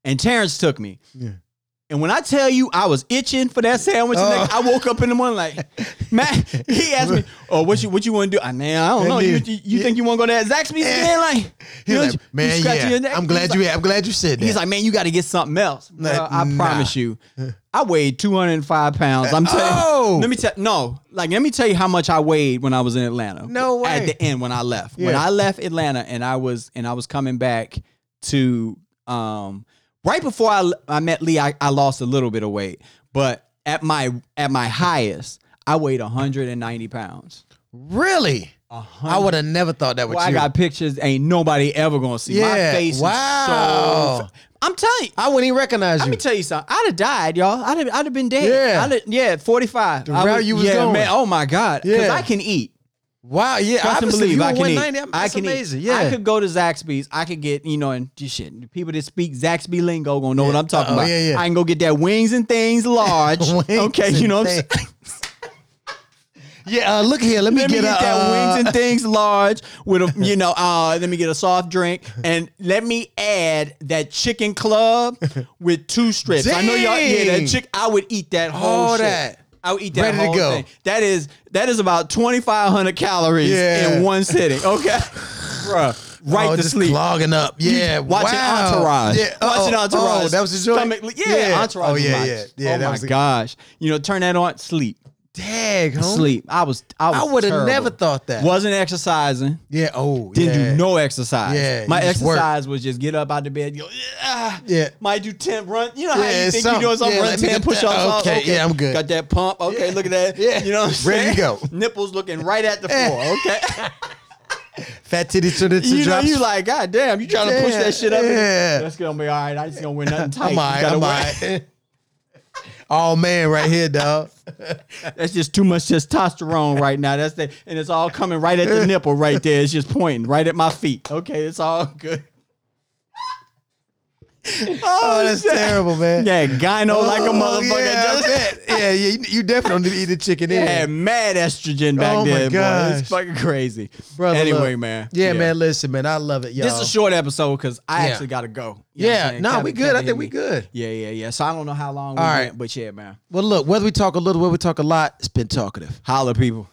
and Terrence took me. And when I tell you I was itching for that sandwich, and
Oh.
that- I woke up in the morning like, man. He asked me, "Oh, what you what you want to do?" I man, I don't know. You, you, you think you want to go to that Zaxby's again? Like,
He's
you know,
like,
you
man,
scratching your
yeah.
neck."
I'm
He's
glad
like-
you. I'm glad you said that.
He's like, man, you got to get something else.
Like,
Bruh, I
nah.
promise you, I weighed 205 pounds. I'm telling.
Oh!
Let me tell. No, like let me tell you how much I weighed when I was in Atlanta.
No
At
way.
the end when I left, when
Yeah.
I left Atlanta and I was and I was coming back to um right before I I met Lee, I, I lost a little bit of weight, but at my at my highest, I weighed 190 pounds.
really? I would have never thought that was
Well, I
you.
got pictures. Ain't nobody ever gonna see my
Yeah,
face. is so
wow.
fa- I'm telling you,
I wouldn't even recognize
let
you.
me tell you something. I'd have died, y'all. I'd have, I'd have been dead.
Yeah.
I'd have- yeah, 45. The
route you was
yeah,
going.
Man, oh, my God. Because
Yeah.
I can eat.
wow. Yeah.
Trust and
obviously,
believe
you
I
were
can eat.
190, I'm-
I
that's
can
amazing.
eat.
Yeah.
I could go to Zaxby's. I could get, you know, and just shit, people that speak Zaxby lingo gonna know what I'm talking
Uh-oh,
about.
yeah, yeah.
I can go get that wings and things large.
Wings
okay, you
and
know what I'm saying?
things. yeah. Uh, look here. Let me
Let me
get,
get,
a,
that
uh,
wings and things large with a you know. Uh, let me get a soft drink and let me add that chicken club with two strips. I know y'all. Yeah,
Dang.
that chick. I would eat that whole
All
shit.
that.
I would eat that
Ready to
whole
go.
thing. That is that is about twenty five hundred calories
Yeah.
in one sitting. Okay, bruh. Right
oh,
to
just
sleep.
clogging up. Yeah.
Watching
wow.
Entourage.
Yeah. uh-oh.
Watching Entourage.
Oh, that was the joint.
Stomach- yeah, Entourage.
Oh
was
yeah.
my-
Yeah. Yeah.
oh
that
my
was the-
gosh. You know, turn that on. Sleep.
Dag, homie.
Sleep. I was. I, was
I would have
terrible.
never thought that.
Wasn't exercising.
Yeah. Oh.
Didn't
yeah.
do no exercise.
Yeah,
my
you just work.
exercise was just get up out the bed, go, yeah,
Yeah.
might do ten run. You know how
Yeah,
you think
some-
you're doing something,
yeah,
run
let me
ten
get that-
push ups.
okay, yeah, I'm good.
Got that pump. Okay,
Yeah.
look at that.
Yeah.
you know, what I'm
Ready to
saying?
go.
Nipples looking right at the floor. Okay,
Fat titties to the to
you know,
drops.
you like, God damn, you trying to push
Yeah,
that shit up? in there.
yeah.
that's gonna be all right. I just gonna wear nothing tight.
I'm
You
alright.
gotta
I'm
wear-
alright. Oh man, right here, dog.
Oh, That's just too much testosterone right now. That's the and it's all coming right at the nipple right there. It's just pointing right at my feet. Okay, it's all good.
Oh, that's
shit.
terrible, man.
Yeah, gyno like a
Oh,
motherfucker.
Yeah,
Just-
I bet. yeah, yeah, you, you definitely don't need to eat the chicken
They
in.
had mad estrogen back
Oh my
then, boy.
gosh.
It's fucking crazy.
Brother,
anyway,
look.
man.
Yeah, man, listen, man, I love it, y'all.
This is a short episode because I
Yeah.
actually got to go. You know what I'm
yeah,
saying?
no,
Kinda-
we good.
kinda
I
hit
think we
me.
good.
Yeah, yeah, yeah. So I don't know how long we
All
went,
right.
but yeah, man.
Well, look, whether we talk a little, whether we talk a lot, it's been talkative.
Holla, people.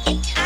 It's